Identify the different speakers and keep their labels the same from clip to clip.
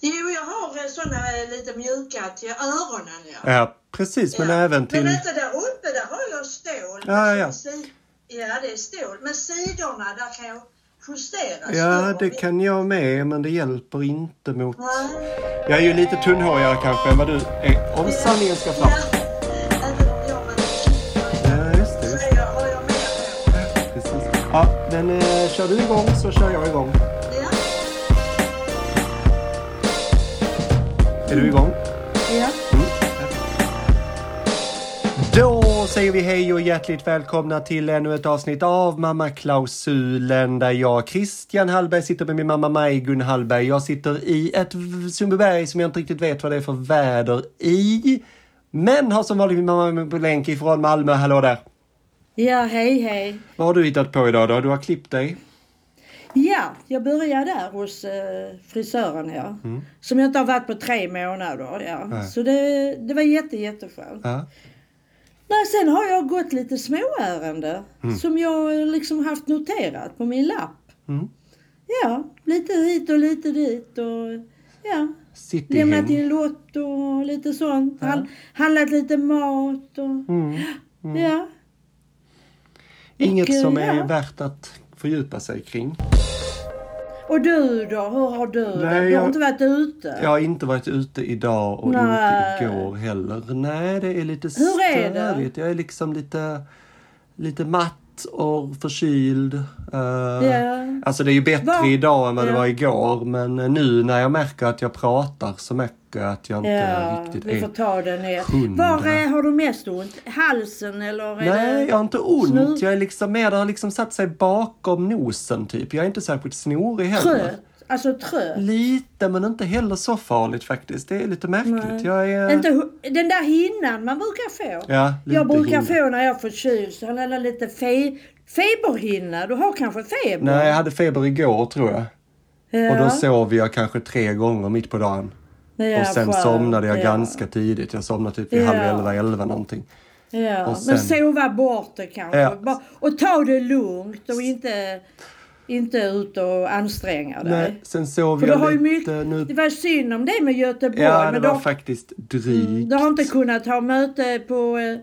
Speaker 1: Jo, jag har sådana lite mjuka till öronen. Ja.
Speaker 2: Ja, precis. Äh, Men
Speaker 1: ja.
Speaker 2: även till...
Speaker 1: Men vänta, där uppe där har jag stål.
Speaker 2: Ja, ja.
Speaker 1: Alltså, si- ja, det är stål. Men sidorna, där kan jag justera.
Speaker 2: Ja,
Speaker 1: stålen.
Speaker 2: det kan jag med, men det hjälper inte mot...
Speaker 1: Nej.
Speaker 2: Jag är ju lite tunnhårigare kanske än vad du är. Om sanningen ska fram.
Speaker 1: Ja. Även om jag med
Speaker 2: Ja, just det.
Speaker 1: så
Speaker 2: Just
Speaker 1: är jag, har jag med på.
Speaker 2: det precis. Ja, men eh, kör du igång så kör jag igång.
Speaker 1: Ja.
Speaker 2: Är du igång?
Speaker 1: Ja.
Speaker 2: Då säger vi hej och hjärtligt välkomna till ännu ett avsnitt av Mamma Klausulen där jag, Christian Hallberg, sitter med min mamma Maj-Gun Hallberg. Jag sitter i ett v- Sundbyberg som jag inte riktigt vet vad det är för väder i. Men har som vanligt min mamma på länk ifrån Malmö. Hallå där!
Speaker 3: Ja, hej hej.
Speaker 2: Vad har du hittat på idag då? Du har klippt dig.
Speaker 3: Ja, jag börjar där hos eh, frisören ja. Som jag inte har varit på tre månader. Ja.
Speaker 2: Mm. Nej.
Speaker 3: Så det, det var jätte, jätteskönt.
Speaker 2: Ja.
Speaker 3: Nej, sen har jag gått lite småärende som jag eh, liksom haft noterat på min lapp.
Speaker 2: Mm.
Speaker 3: Ja, lite hit och lite dit och ja, lämnat
Speaker 2: Cityhäng.
Speaker 3: in lott och lite sånt. Hand, handlat lite mat och
Speaker 2: Mm.
Speaker 3: ja.
Speaker 2: Inget
Speaker 3: Och,
Speaker 2: som
Speaker 3: eh,
Speaker 2: är
Speaker 3: ja.
Speaker 2: värt att fördjupa sig kring.
Speaker 3: Och du då, hur har du det?
Speaker 2: Nej,
Speaker 3: Du har
Speaker 2: jag-
Speaker 3: inte varit ute?
Speaker 2: Jag har inte varit ute idag och
Speaker 3: Nej.
Speaker 2: inte igår heller. Nej, det är lite
Speaker 3: Hur är det?
Speaker 2: störigt. Jag är liksom lite, lite matt och förkyld. Eh,
Speaker 3: Ja.
Speaker 2: Alltså det är ju bättre
Speaker 3: Va?
Speaker 2: idag än vad det
Speaker 3: Ja.
Speaker 2: var igår men eh, nu när jag märker att jag pratar så märker jag att jag inte
Speaker 3: Ja,
Speaker 2: riktigt
Speaker 3: vi
Speaker 2: är...
Speaker 3: får ta den ner.
Speaker 2: hundra.
Speaker 3: Var är, har du mest ont? Halsen eller? Är
Speaker 2: Nej,
Speaker 3: det...
Speaker 2: jag har inte ont.
Speaker 3: Snor-
Speaker 2: Jag är liksom mer, det har liksom satt sig bakom nosen typ. Jag är inte särskilt snorig heller.
Speaker 3: Trött? Alltså trött?
Speaker 2: Lite men inte heller så farligt faktiskt. Det är lite märkligt.
Speaker 3: Nej.
Speaker 2: Jag är...
Speaker 3: Inte, hu- den där hinnan man brukar få.
Speaker 2: Ja, lite
Speaker 3: jag brukar
Speaker 2: hinna.
Speaker 3: få när jag förkyls. Han hade lite fe... feberhinna. Du har kanske feber?
Speaker 2: Nej, jag hade feber igår tror jag.
Speaker 3: Mm. ja.
Speaker 2: Och då sov jag kanske tre gånger mitt på dagen.
Speaker 3: Ja,
Speaker 2: och sen
Speaker 3: skönt,
Speaker 2: somnade jag
Speaker 3: ja.
Speaker 2: ganska tidigt. Jag somnade typ vid
Speaker 3: Ja.
Speaker 2: halv elva, elva någonting.
Speaker 3: Ja.
Speaker 2: och
Speaker 3: Men
Speaker 2: sen-
Speaker 3: sova bort det kanske.
Speaker 2: Ja.
Speaker 3: Bara- Och ta det lugnt och inte, inte ut och anstränga dig.
Speaker 2: Nej, sen sov
Speaker 3: För du har ju
Speaker 2: jag lite
Speaker 3: mycket,
Speaker 2: nu.
Speaker 3: det var synd om det med Göteborg.
Speaker 2: Ja, det
Speaker 3: men då- Mm,
Speaker 2: var faktiskt drygt.
Speaker 3: Du har inte kunnat ha möte på eh,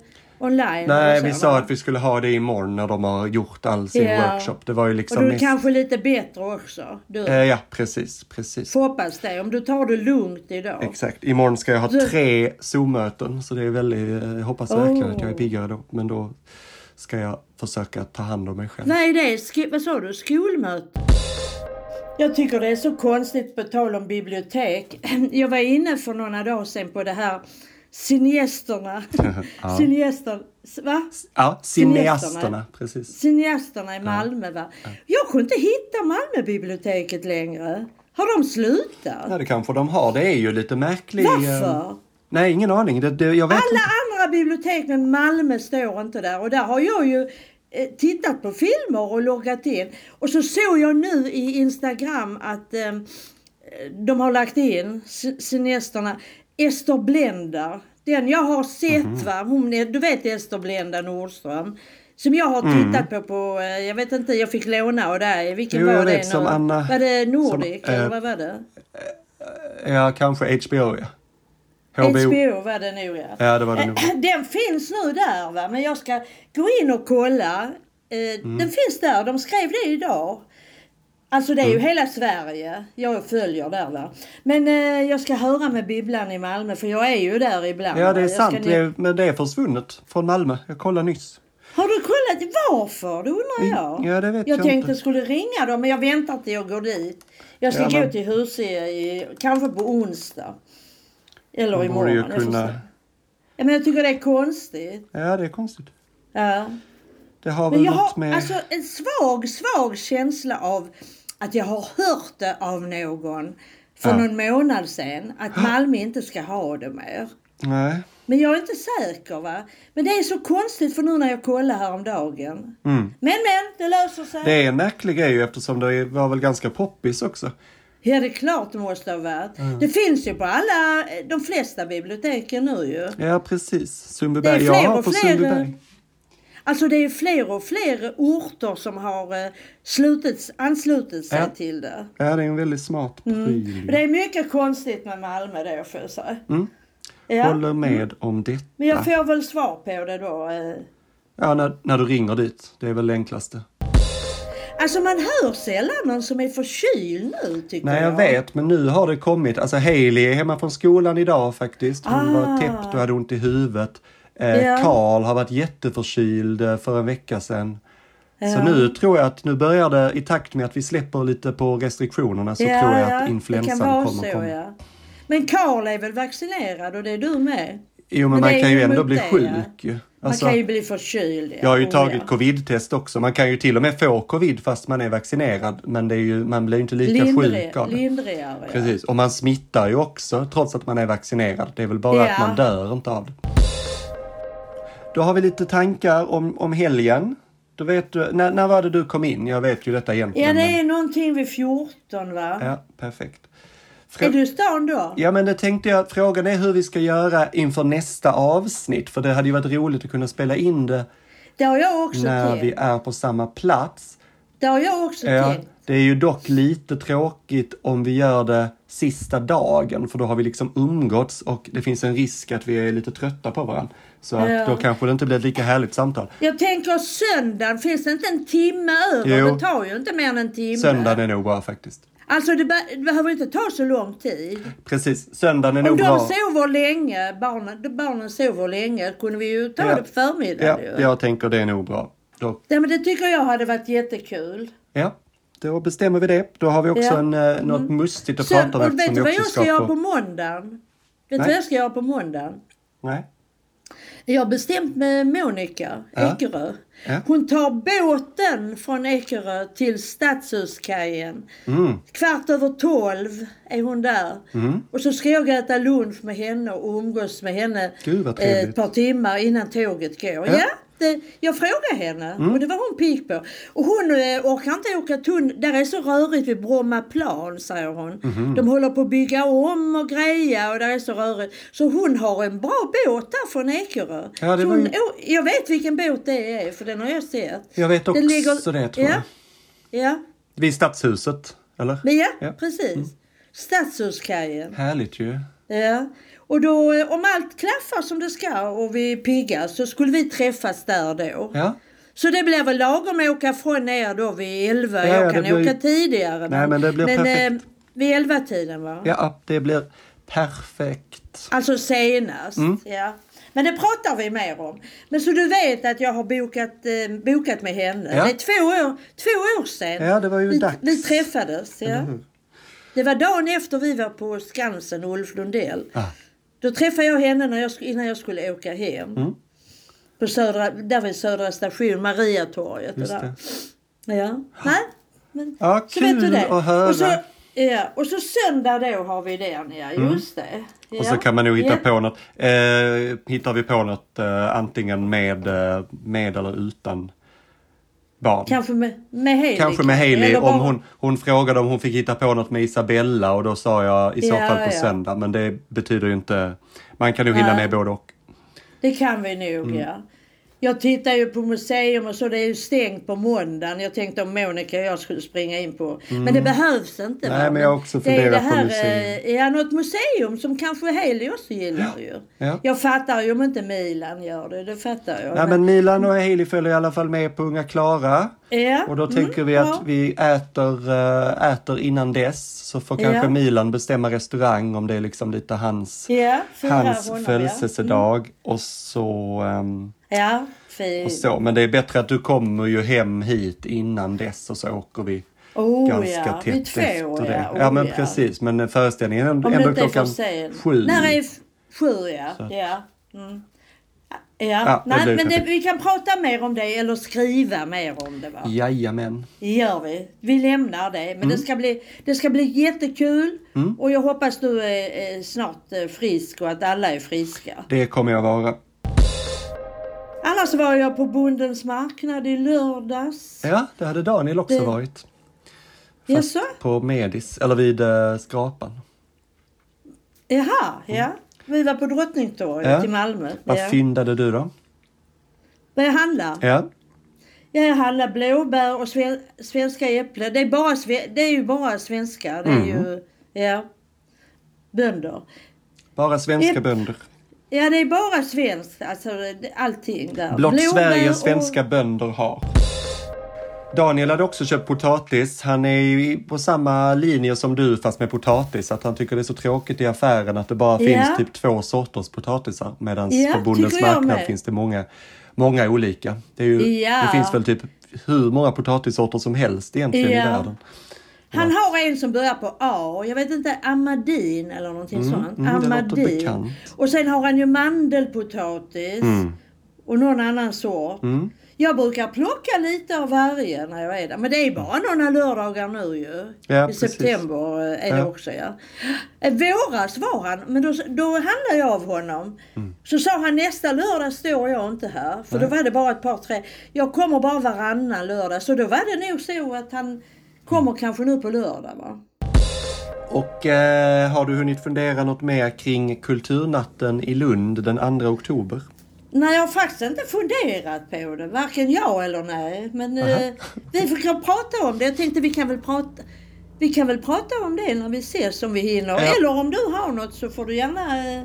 Speaker 3: online?
Speaker 2: Nej,
Speaker 3: eller så,
Speaker 2: vi
Speaker 3: va?
Speaker 2: sa att vi skulle ha det imorgon när de har gjort all sin
Speaker 3: Ja.
Speaker 2: workshop. Det var ju
Speaker 3: Och
Speaker 2: liksom...
Speaker 3: du är
Speaker 2: mest-
Speaker 3: kanske lite bättre också. Du
Speaker 2: Eh, ja, precis, precis.
Speaker 3: får hoppas det. Om du tar det lugnt idag.
Speaker 2: Exakt. Imorgon ska jag ha
Speaker 3: Du-
Speaker 2: tre Zoom-möten så det är väldigt... eh, Jag hoppas verkligen att jag är
Speaker 3: Oh.
Speaker 2: piggare då. Men då ska jag försöka ta hand om mig själv.
Speaker 3: Vad är det? Sk- vad sa du? Skolmöte? Jag tycker det är så konstigt på tal om bibliotek. Jag var inne för några dagar sedan på det här Cineasterna.
Speaker 2: Ja.
Speaker 3: Cineaster... Va?
Speaker 2: Ja,
Speaker 3: Cineasterna.
Speaker 2: cineasterna. Precis.
Speaker 3: Cineasterna i Malmö va? Jag kunde inte hitta Malmöbiblioteket längre. Har de slutat?
Speaker 2: Ja, det kanske de har. Det är ju lite märklig... eh,
Speaker 3: Varför?
Speaker 2: Nej, ingen aning. Det, det, jag vet
Speaker 3: Alla
Speaker 2: inte.
Speaker 3: andra bibliotek med Malmö står inte där och där har jag ju eh, tittat på filmer och loggat in. Och så såg jag nu i Instagram att eh, de har lagt in, s- Cinesterna, Ester Blenda. Den jag har sett
Speaker 2: Mhm.
Speaker 3: va, hon är, du vet Ester Blenda Nordström. Som jag har tittat på på, eh, jag vet inte, jag fick låna av dig. Vilken
Speaker 2: Mm. Jo, jag
Speaker 3: var det
Speaker 2: vet, som
Speaker 3: nu?
Speaker 2: Anna-
Speaker 3: var det Nordic
Speaker 2: som, eh,
Speaker 3: eller vad var det?
Speaker 2: Ja, kanske HBO, ja. HBO.
Speaker 3: HBO var det nog ja. Eh,
Speaker 2: Ja, det var det nog.
Speaker 3: Den finns nu där va, men jag ska gå in och kolla. Eh,
Speaker 2: Mm.
Speaker 3: Den finns där, de skrev det idag. Alltså det är ju
Speaker 2: Mm.
Speaker 3: hela Sverige jag följer där va. Men eh, jag ska höra med Bibblan i Malmö för jag är ju där ibland.
Speaker 2: Ja, det är
Speaker 3: va. Jag ska
Speaker 2: sant.
Speaker 3: ner-
Speaker 2: Det är, men det är försvunnet från Malmö. Jag kollade nyss.
Speaker 3: Har du kollat varför? Det undrar jag.
Speaker 2: Ja, det
Speaker 3: jag
Speaker 2: vet Mm, jag
Speaker 3: tänkte
Speaker 2: inte.
Speaker 3: skulle ringa dem men jag väntar till jag går dit. Jag ska
Speaker 2: Ja, men-
Speaker 3: gå till Husie i, kanske på onsdag. Eller
Speaker 2: De borde
Speaker 3: imorgon. alltså. Jag
Speaker 2: ju
Speaker 3: får se.
Speaker 2: kunna...
Speaker 3: Ja, men jag tycker det är konstigt.
Speaker 2: Ja, det är konstigt.
Speaker 3: Ja.
Speaker 2: Det har väl
Speaker 3: Men jag
Speaker 2: något
Speaker 3: har
Speaker 2: med...
Speaker 3: alltså en svag, svag känsla av att jag har hört det av någon för
Speaker 2: Ja.
Speaker 3: någon månad sedan att Malmö inte ska ha det mer.
Speaker 2: Nej.
Speaker 3: Men jag är inte säker va. Men det är så konstigt för nu när jag kollar häromdagen.
Speaker 2: Mm.
Speaker 3: Men men, det löser sig.
Speaker 2: Det är en märklig grej ju eftersom det var väl ganska poppis också.
Speaker 3: Ja, det är klart det måste ha varit.
Speaker 2: Mm.
Speaker 3: Det finns ju på alla, de flesta biblioteken nu ju.
Speaker 2: Ja, precis.
Speaker 3: Det är
Speaker 2: Sundbyberg.
Speaker 3: fler eh.
Speaker 2: Jag har
Speaker 3: och
Speaker 2: på
Speaker 3: fler.
Speaker 2: Sundbyberg.
Speaker 3: Alltså det är fler och fler orter som har eh, slutits, anslutit sig
Speaker 2: Ja.
Speaker 3: till det.
Speaker 2: Ja, det är en väldigt smart
Speaker 3: Mm.
Speaker 2: pryl.
Speaker 3: Men Det är mycket konstigt med Malmö då får jag säga.
Speaker 2: Mm.
Speaker 3: Ja. Mm.
Speaker 2: Håller med om detta.
Speaker 3: Men jag får väl svar på det då. eh.
Speaker 2: Ja, när, när du ringer dit. Det är väl det enklaste.
Speaker 3: Alltså man hör sällan någon som är förkyld nu tycker
Speaker 2: Nej, jag vet, men nu har det kommit. Alltså Hailey är hemma från skolan idag faktiskt. Hon var
Speaker 3: Ah.
Speaker 2: täppt och hade ont i huvudet. Eh,
Speaker 3: Ja.
Speaker 2: Carl har varit jätteförkyld eh, för en vecka sedan. Så
Speaker 3: Ja.
Speaker 2: nu tror jag att nu börjar det i takt med att vi släpper lite på restriktionerna så tror jag att influensan
Speaker 3: det kan vara
Speaker 2: kommer
Speaker 3: så,
Speaker 2: komma.
Speaker 3: Ja. Men Karl är väl vaccinerad och det är du med?
Speaker 2: Jo, men,
Speaker 3: Men det
Speaker 2: man
Speaker 3: är
Speaker 2: kan ju
Speaker 3: ju
Speaker 2: ändå
Speaker 3: mot
Speaker 2: bli
Speaker 3: det, ja.
Speaker 2: sjuk ju.
Speaker 3: Man
Speaker 2: Alltså,
Speaker 3: kan ju bli förkyld. Ja.
Speaker 2: Jag har ju
Speaker 3: Oh,
Speaker 2: tagit
Speaker 3: ja.
Speaker 2: covid-test också. Man kan ju till och med få covid fast man är vaccinerad. Men det är ju, man blir ju inte lika sjuk
Speaker 3: Lindri-
Speaker 2: av det.
Speaker 3: Lindrigare. ja.
Speaker 2: Precis, och man smittar ju också trots att man är vaccinerad. Det är väl bara
Speaker 3: Ja.
Speaker 2: att man dör inte av det. Då har vi lite tankar om, om helgen. Då vet du, när, när var det du kom in? Jag vet ju detta egentligen.
Speaker 3: Ja, det
Speaker 2: men-
Speaker 3: är någonting vid 14 va?
Speaker 2: ja perfekt. Frå-
Speaker 3: Är du i stan då?
Speaker 2: Ja, men det tänkte jag. Frågan är hur vi ska göra inför nästa avsnitt. För det hade ju varit roligt att kunna spela in det
Speaker 3: Det har jag också
Speaker 2: när
Speaker 3: tänkt.
Speaker 2: vi är på samma plats.
Speaker 3: Det har jag också
Speaker 2: Ja,
Speaker 3: tänkt.
Speaker 2: det är ju dock lite tråkigt om vi gör det sista dagen för då har vi liksom umgåtts och det finns en risk att vi är lite trötta på varandra. Så att
Speaker 3: Ja.
Speaker 2: då kanske det inte blir ett lika härligt samtal.
Speaker 3: Jag tänker söndagen, finns det inte en timme över?
Speaker 2: Jo.
Speaker 3: Det tar ju inte mer än en timme.
Speaker 2: Söndagen är nog bra faktiskt.
Speaker 3: Alltså det, be- det behöver inte ta så lång tid.
Speaker 2: Precis, söndagen är
Speaker 3: Om
Speaker 2: nog
Speaker 3: de
Speaker 2: bra.
Speaker 3: sover länge, barnen, de barnen sover länge, kunde vi ju ta
Speaker 2: Ja.
Speaker 3: det på förmiddagen
Speaker 2: Ja,
Speaker 3: ju.
Speaker 2: jag tänker det är nog bra. Då,
Speaker 3: Ja, men det tycker jag hade varit jättekul.
Speaker 2: ja, då bestämmer vi det. Då har vi också
Speaker 3: Ja.
Speaker 2: en, eh, något mustigt att
Speaker 3: Sen,
Speaker 2: prata om
Speaker 3: och vet
Speaker 2: eftersom
Speaker 3: du
Speaker 2: vi
Speaker 3: vad
Speaker 2: också
Speaker 3: jag ska
Speaker 2: ska
Speaker 3: göra på
Speaker 2: på...
Speaker 3: måndagen? Vet du
Speaker 2: Nej.
Speaker 3: vad jag ska göra på måndagen?
Speaker 2: Nej,
Speaker 3: Jag har bestämt med Monica
Speaker 2: Ja.
Speaker 3: Ekerö.
Speaker 2: Ja.
Speaker 3: Hon tar båten från Ekerö till Stadshuskajen.
Speaker 2: Mm.
Speaker 3: Kvart över tolv är hon där. Och så ska jag äta lunch med henne och umgås med henne
Speaker 2: Gud, vad
Speaker 3: eh,
Speaker 2: trevligt.
Speaker 3: ett par timmar innan tåget går. Ja. det, jag frågade henne
Speaker 2: Mm.
Speaker 3: och det var hon pigg på. Och hon eh, orkar inte åka tunnel. Där är så rörigt vid Brommaplan säger hon.
Speaker 2: Mhm.
Speaker 3: De håller på att bygga om och greja och där är så rörigt. Så hon har en bra båt där från Ekerö.
Speaker 2: Ja, det
Speaker 3: så
Speaker 2: var
Speaker 3: hon,
Speaker 2: ju-
Speaker 3: å- Jag vet vilken båt det är för den har jag sett.
Speaker 2: jag vet också
Speaker 3: Den
Speaker 2: det tror
Speaker 3: ja,
Speaker 2: jag.
Speaker 3: Ja,
Speaker 2: Vid stadshuset, eller?
Speaker 3: men ja,
Speaker 2: Ja. Mm.
Speaker 3: precis. Stadshuskajen.
Speaker 2: Härligt ju.
Speaker 3: Ja. Och då, eh, om allt klaffar som det ska och vi är pigga så skulle vi träffas där då.
Speaker 2: Ja.
Speaker 3: Så det blir väl lagom att åka från er då vid 11.
Speaker 2: Ja, ja,
Speaker 3: jag
Speaker 2: det
Speaker 3: kan
Speaker 2: blir-
Speaker 3: åka tidigare.
Speaker 2: Nej, men det blir perfekt.
Speaker 3: Eh, vid 11-tiden va?
Speaker 2: Ja, det blir perfekt.
Speaker 3: Alltså senast.
Speaker 2: Mm.
Speaker 3: Ja. Men det pratar vi mer om. Men så du vet att jag har bokat, eh, bokat med henne.
Speaker 2: Ja.
Speaker 3: Det är två år, två år sedan.
Speaker 2: Ja, det var ju
Speaker 3: vi,
Speaker 2: dags.
Speaker 3: vi träffades. Ja. Det var dagen efter vi var på Skansen och Ulf Lundell.
Speaker 2: Ah.
Speaker 3: Då träffade jag henne när jag, sk- innan jag skulle åka hem.
Speaker 2: Mm.
Speaker 3: På södra, där vid Södra station, Mariatorget. och
Speaker 2: Just
Speaker 3: där. Ja. Nej, men,
Speaker 2: Ja,
Speaker 3: så vet du
Speaker 2: kul
Speaker 3: det.
Speaker 2: att höra.
Speaker 3: Och så, ja, och så söndag då har vi den, ja. Just det. Ja.
Speaker 2: Mm. Och så kan man nog hitta
Speaker 3: ja.
Speaker 2: på något. Eh, hittar vi på något eh, antingen med, eh, med eller utan barn.
Speaker 3: Kanske med, med Hailey.
Speaker 2: Kanske med Hailey
Speaker 3: Eller
Speaker 2: om
Speaker 3: bara-
Speaker 2: hon, hon frågade om hon fick hitta på något med Isabella och då sa jag i så
Speaker 3: Ja,
Speaker 2: fall på
Speaker 3: ja.
Speaker 2: söndag. Men det betyder ju inte... Man kan ju hinna
Speaker 3: Nej.
Speaker 2: med både och.
Speaker 3: Det kan vi nog,
Speaker 2: Mm.
Speaker 3: ja. Jag tittar ju på museum och så, det är ju stängt på måndagen. Jag tänkte om Monica och jag skulle springa in på. Men det behövs inte.
Speaker 2: Mm. Nej, men jag har också
Speaker 3: Det är
Speaker 2: funderat
Speaker 3: det
Speaker 2: på
Speaker 3: här,
Speaker 2: museum.
Speaker 3: eh, Ja, något museum som kanske Hailey också gillar ju.
Speaker 2: Ja.
Speaker 3: Jag fattar ju om inte Milan gör det, det fattar jag.
Speaker 2: Nej men Milan och Hailey följer i alla fall med på Unga Klara.
Speaker 3: ja.
Speaker 2: Och då
Speaker 3: mm,
Speaker 2: tänker vi att
Speaker 3: ja.
Speaker 2: vi äter, eh, äter innan dess. Så får
Speaker 3: Ja.
Speaker 2: kanske Milan bestämma restaurang om det är liksom lite hans,
Speaker 3: Ja, fira
Speaker 2: hans
Speaker 3: honom, ja. Mm.
Speaker 2: födelsedag. Och så... ehm,
Speaker 3: Ja, fint.
Speaker 2: och så. Men det är bättre att du kommer ju hem hit innan dess och så åker vi
Speaker 3: Oh,
Speaker 2: ganska
Speaker 3: ja.
Speaker 2: tätt
Speaker 3: Vi två,
Speaker 2: efter det.
Speaker 3: ja.
Speaker 2: Ja, men
Speaker 3: Oh, ja.
Speaker 2: precis. Men eh, föreställningen är ändå,
Speaker 3: Om det
Speaker 2: ändå
Speaker 3: inte är för
Speaker 2: klockan
Speaker 3: sent.
Speaker 2: sju.
Speaker 3: När är f- sju ja. ja. Mm. Ja,
Speaker 2: det
Speaker 3: Nej,
Speaker 2: blir
Speaker 3: men det,
Speaker 2: perfekt.
Speaker 3: vi kan prata mer om det eller skriva mer om det va?
Speaker 2: Jajamän.
Speaker 3: gör vi. Vi lämnar det. Men det,
Speaker 2: Mm.
Speaker 3: ska bli, det ska bli jättekul. Och jag hoppas du är, är snart eh, frisk och att alla är friska.
Speaker 2: Det kommer jag vara.
Speaker 3: Annars var jag på Bondens marknad i lördags.
Speaker 2: Ja, det hade Daniel också
Speaker 3: Det-
Speaker 2: varit.
Speaker 3: Jaså?
Speaker 2: På Medis, eller vid eh, Skrapan.
Speaker 3: Jaha, ja. Vi var på Drottningtorget
Speaker 2: Mm. Ja.
Speaker 3: i Malmö.
Speaker 2: Vad
Speaker 3: Ja.
Speaker 2: fyndade du då?
Speaker 3: Vad jag handlar?
Speaker 2: Ja.
Speaker 3: Ja, jag handlar blåbär och sven, svenska äpplen. Det är, bara, sve- det är ju bara svenskar. Det
Speaker 2: Mm.
Speaker 3: är ju, ja. Bönder.
Speaker 2: Bara svenska
Speaker 3: Äpp-
Speaker 2: bönder.
Speaker 3: Ja, det är bara svenskt, alltså det- allting där.
Speaker 2: Blott
Speaker 3: Blåbär
Speaker 2: Sverige
Speaker 3: och-
Speaker 2: svenska bönder har. Daniel hade också köpt potatis. Han är ju på samma linje som du fast med potatis. Att han tycker det är så tråkigt i affären att det bara
Speaker 3: Ja.
Speaker 2: finns typ två sorters potatisar. Medan
Speaker 3: Ja,
Speaker 2: på bondens
Speaker 3: tycker jag
Speaker 2: marknad
Speaker 3: med.
Speaker 2: finns det många, många olika. Det, är ju,
Speaker 3: Ja.
Speaker 2: det finns väl typ hur många potatissorter som helst egentligen
Speaker 3: Ja.
Speaker 2: i världen.
Speaker 3: Han har en som börjar på A, jag vet inte, Amadin eller någonting sånt.
Speaker 2: mm, det låter
Speaker 3: Amadin.
Speaker 2: bekant.
Speaker 3: Och sen har han ju mandelpotatis
Speaker 2: Mm.
Speaker 3: och någon annan sort. Jag brukar plocka lite av varje när jag är där. Men det är bara några lördagar nu ju.
Speaker 2: Mm. Ja,
Speaker 3: I
Speaker 2: precis.
Speaker 3: september eh, är det
Speaker 2: Ja.
Speaker 3: också ja. Eh, Våras var han, men då, då handlade jag av honom.
Speaker 2: Mm.
Speaker 3: Så sa han nästa lördag står jag inte här. För då var det bara ett par tre. Jag kommer bara varannan lördag. Så då var det nog så att han
Speaker 2: Mm.
Speaker 3: kommer kanske nu på lördag va.
Speaker 2: Och eh, har du hunnit fundera något mer kring kulturnatten i Lund den 2 oktober?
Speaker 3: Nej, jag har faktiskt inte funderat på det. Varken jag eller nej. Men eh, vi får kan prata om det. Jag tänkte vi kan väl prata... Vi kan väl prata om det när vi ses om vi hinner.
Speaker 2: Ja.
Speaker 3: Eller om du har något så får du gärna... Eh,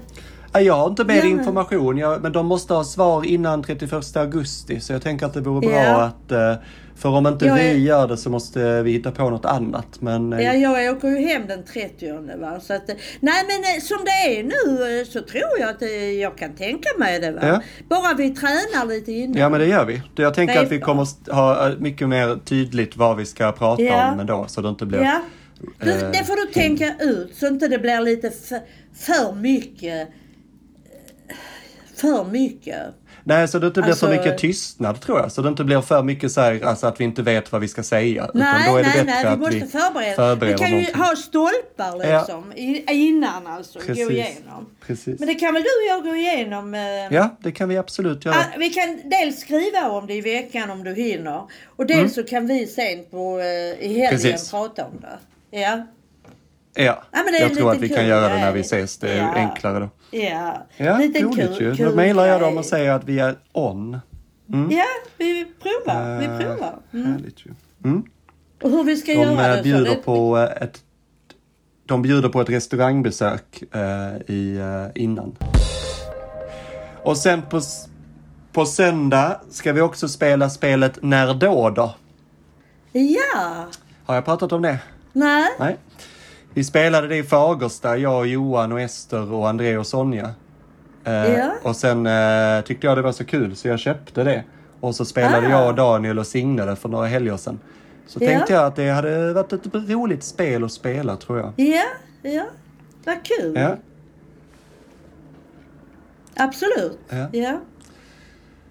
Speaker 2: Ja, Jag har inte med
Speaker 3: Ja, men-
Speaker 2: information, jag, men de måste ha svar innan 31 augusti. Så jag tänker att det vore bra
Speaker 3: Ja.
Speaker 2: att... eh, För om inte
Speaker 3: Jag
Speaker 2: vi
Speaker 3: är-
Speaker 2: gör det så måste vi hitta på något annat. Men eh,
Speaker 3: ja, jag åker ju hem den 30 va. Så att, eh, nej, men eh, som det är nu eh, så tror jag att eh, jag kan tänka mig det va.
Speaker 2: Ja.
Speaker 3: Bara vi tränar lite innan.
Speaker 2: ja, men det gör vi. Jag tänker
Speaker 3: Det är
Speaker 2: att vi
Speaker 3: bra.
Speaker 2: kommer st- ha eh, mycket mer tydligt vad vi ska prata
Speaker 3: Ja.
Speaker 2: om ändå. Så det inte blir...
Speaker 3: Ja. Du,
Speaker 2: Eh,
Speaker 3: det får du tänka ut så inte det blir lite för, för mycket. eh, För mycket.
Speaker 2: Nej, så det inte blir för
Speaker 3: Alltså-
Speaker 2: mycket tystnad tror jag. Så det inte blir för mycket så här, alltså, att vi inte vet vad vi ska säga.
Speaker 3: Nej,
Speaker 2: utan då är det
Speaker 3: nej,
Speaker 2: bättre
Speaker 3: nej. Vi
Speaker 2: att
Speaker 3: måste
Speaker 2: vi
Speaker 3: förbereda.
Speaker 2: förbereder
Speaker 3: vi kan ju
Speaker 2: någonting.
Speaker 3: ha stolpar
Speaker 2: Ja.
Speaker 3: liksom. i- Innan alltså. Gå
Speaker 2: Precis.
Speaker 3: igenom.
Speaker 2: Precis.
Speaker 3: Men det kan väl du och jag gå igenom? eh,
Speaker 2: Ja, det kan vi absolut göra.
Speaker 3: ah, Vi kan dels skriva om det i veckan om du hinner. Och dels så kan vi sen på, eh, i helgen
Speaker 2: Mm. Precis.
Speaker 3: prata om det. Ja.
Speaker 2: Ja,
Speaker 3: Ja, men det är
Speaker 2: jag
Speaker 3: en
Speaker 2: tror att
Speaker 3: liten
Speaker 2: vi kan
Speaker 3: kul
Speaker 2: göra det när vi
Speaker 3: grej.
Speaker 2: ses. Det är
Speaker 3: Ja.
Speaker 2: enklare då.
Speaker 3: Ja,
Speaker 2: Ja,
Speaker 3: Liten
Speaker 2: roligt ju. Då
Speaker 3: kul
Speaker 2: mejlar jag dem
Speaker 3: grej.
Speaker 2: och säger att vi är on.
Speaker 3: Ja, vi provar. Vi provar.
Speaker 2: Eh, Härligt ju. Mm.
Speaker 3: Och hur vi ska
Speaker 2: De
Speaker 3: göra
Speaker 2: eh,
Speaker 3: det.
Speaker 2: bjuder
Speaker 3: så det,
Speaker 2: på eh, ett de bjuder på ett restaurangbesök eh, i, eh, innan. Och sen på, s- på söndag ska vi också spela spelet När då då.
Speaker 3: Ja.
Speaker 2: Har jag pratat om det?
Speaker 3: Nej.
Speaker 2: Nej. Vi spelade det i Fagersta, jag, Johan och Ester och André och Sonja. Eh,
Speaker 3: Ja.
Speaker 2: Och sen eh, tyckte jag det var så kul så jag köpte det. Och så spelade
Speaker 3: Ah.
Speaker 2: jag och Daniel och Signe det för några helger sedan. Så
Speaker 3: Ja.
Speaker 2: tänkte jag att det hade varit ett roligt spel att spela tror jag.
Speaker 3: Ja, ja. Vad kul.
Speaker 2: Ja,
Speaker 3: Absolut.
Speaker 2: Ja.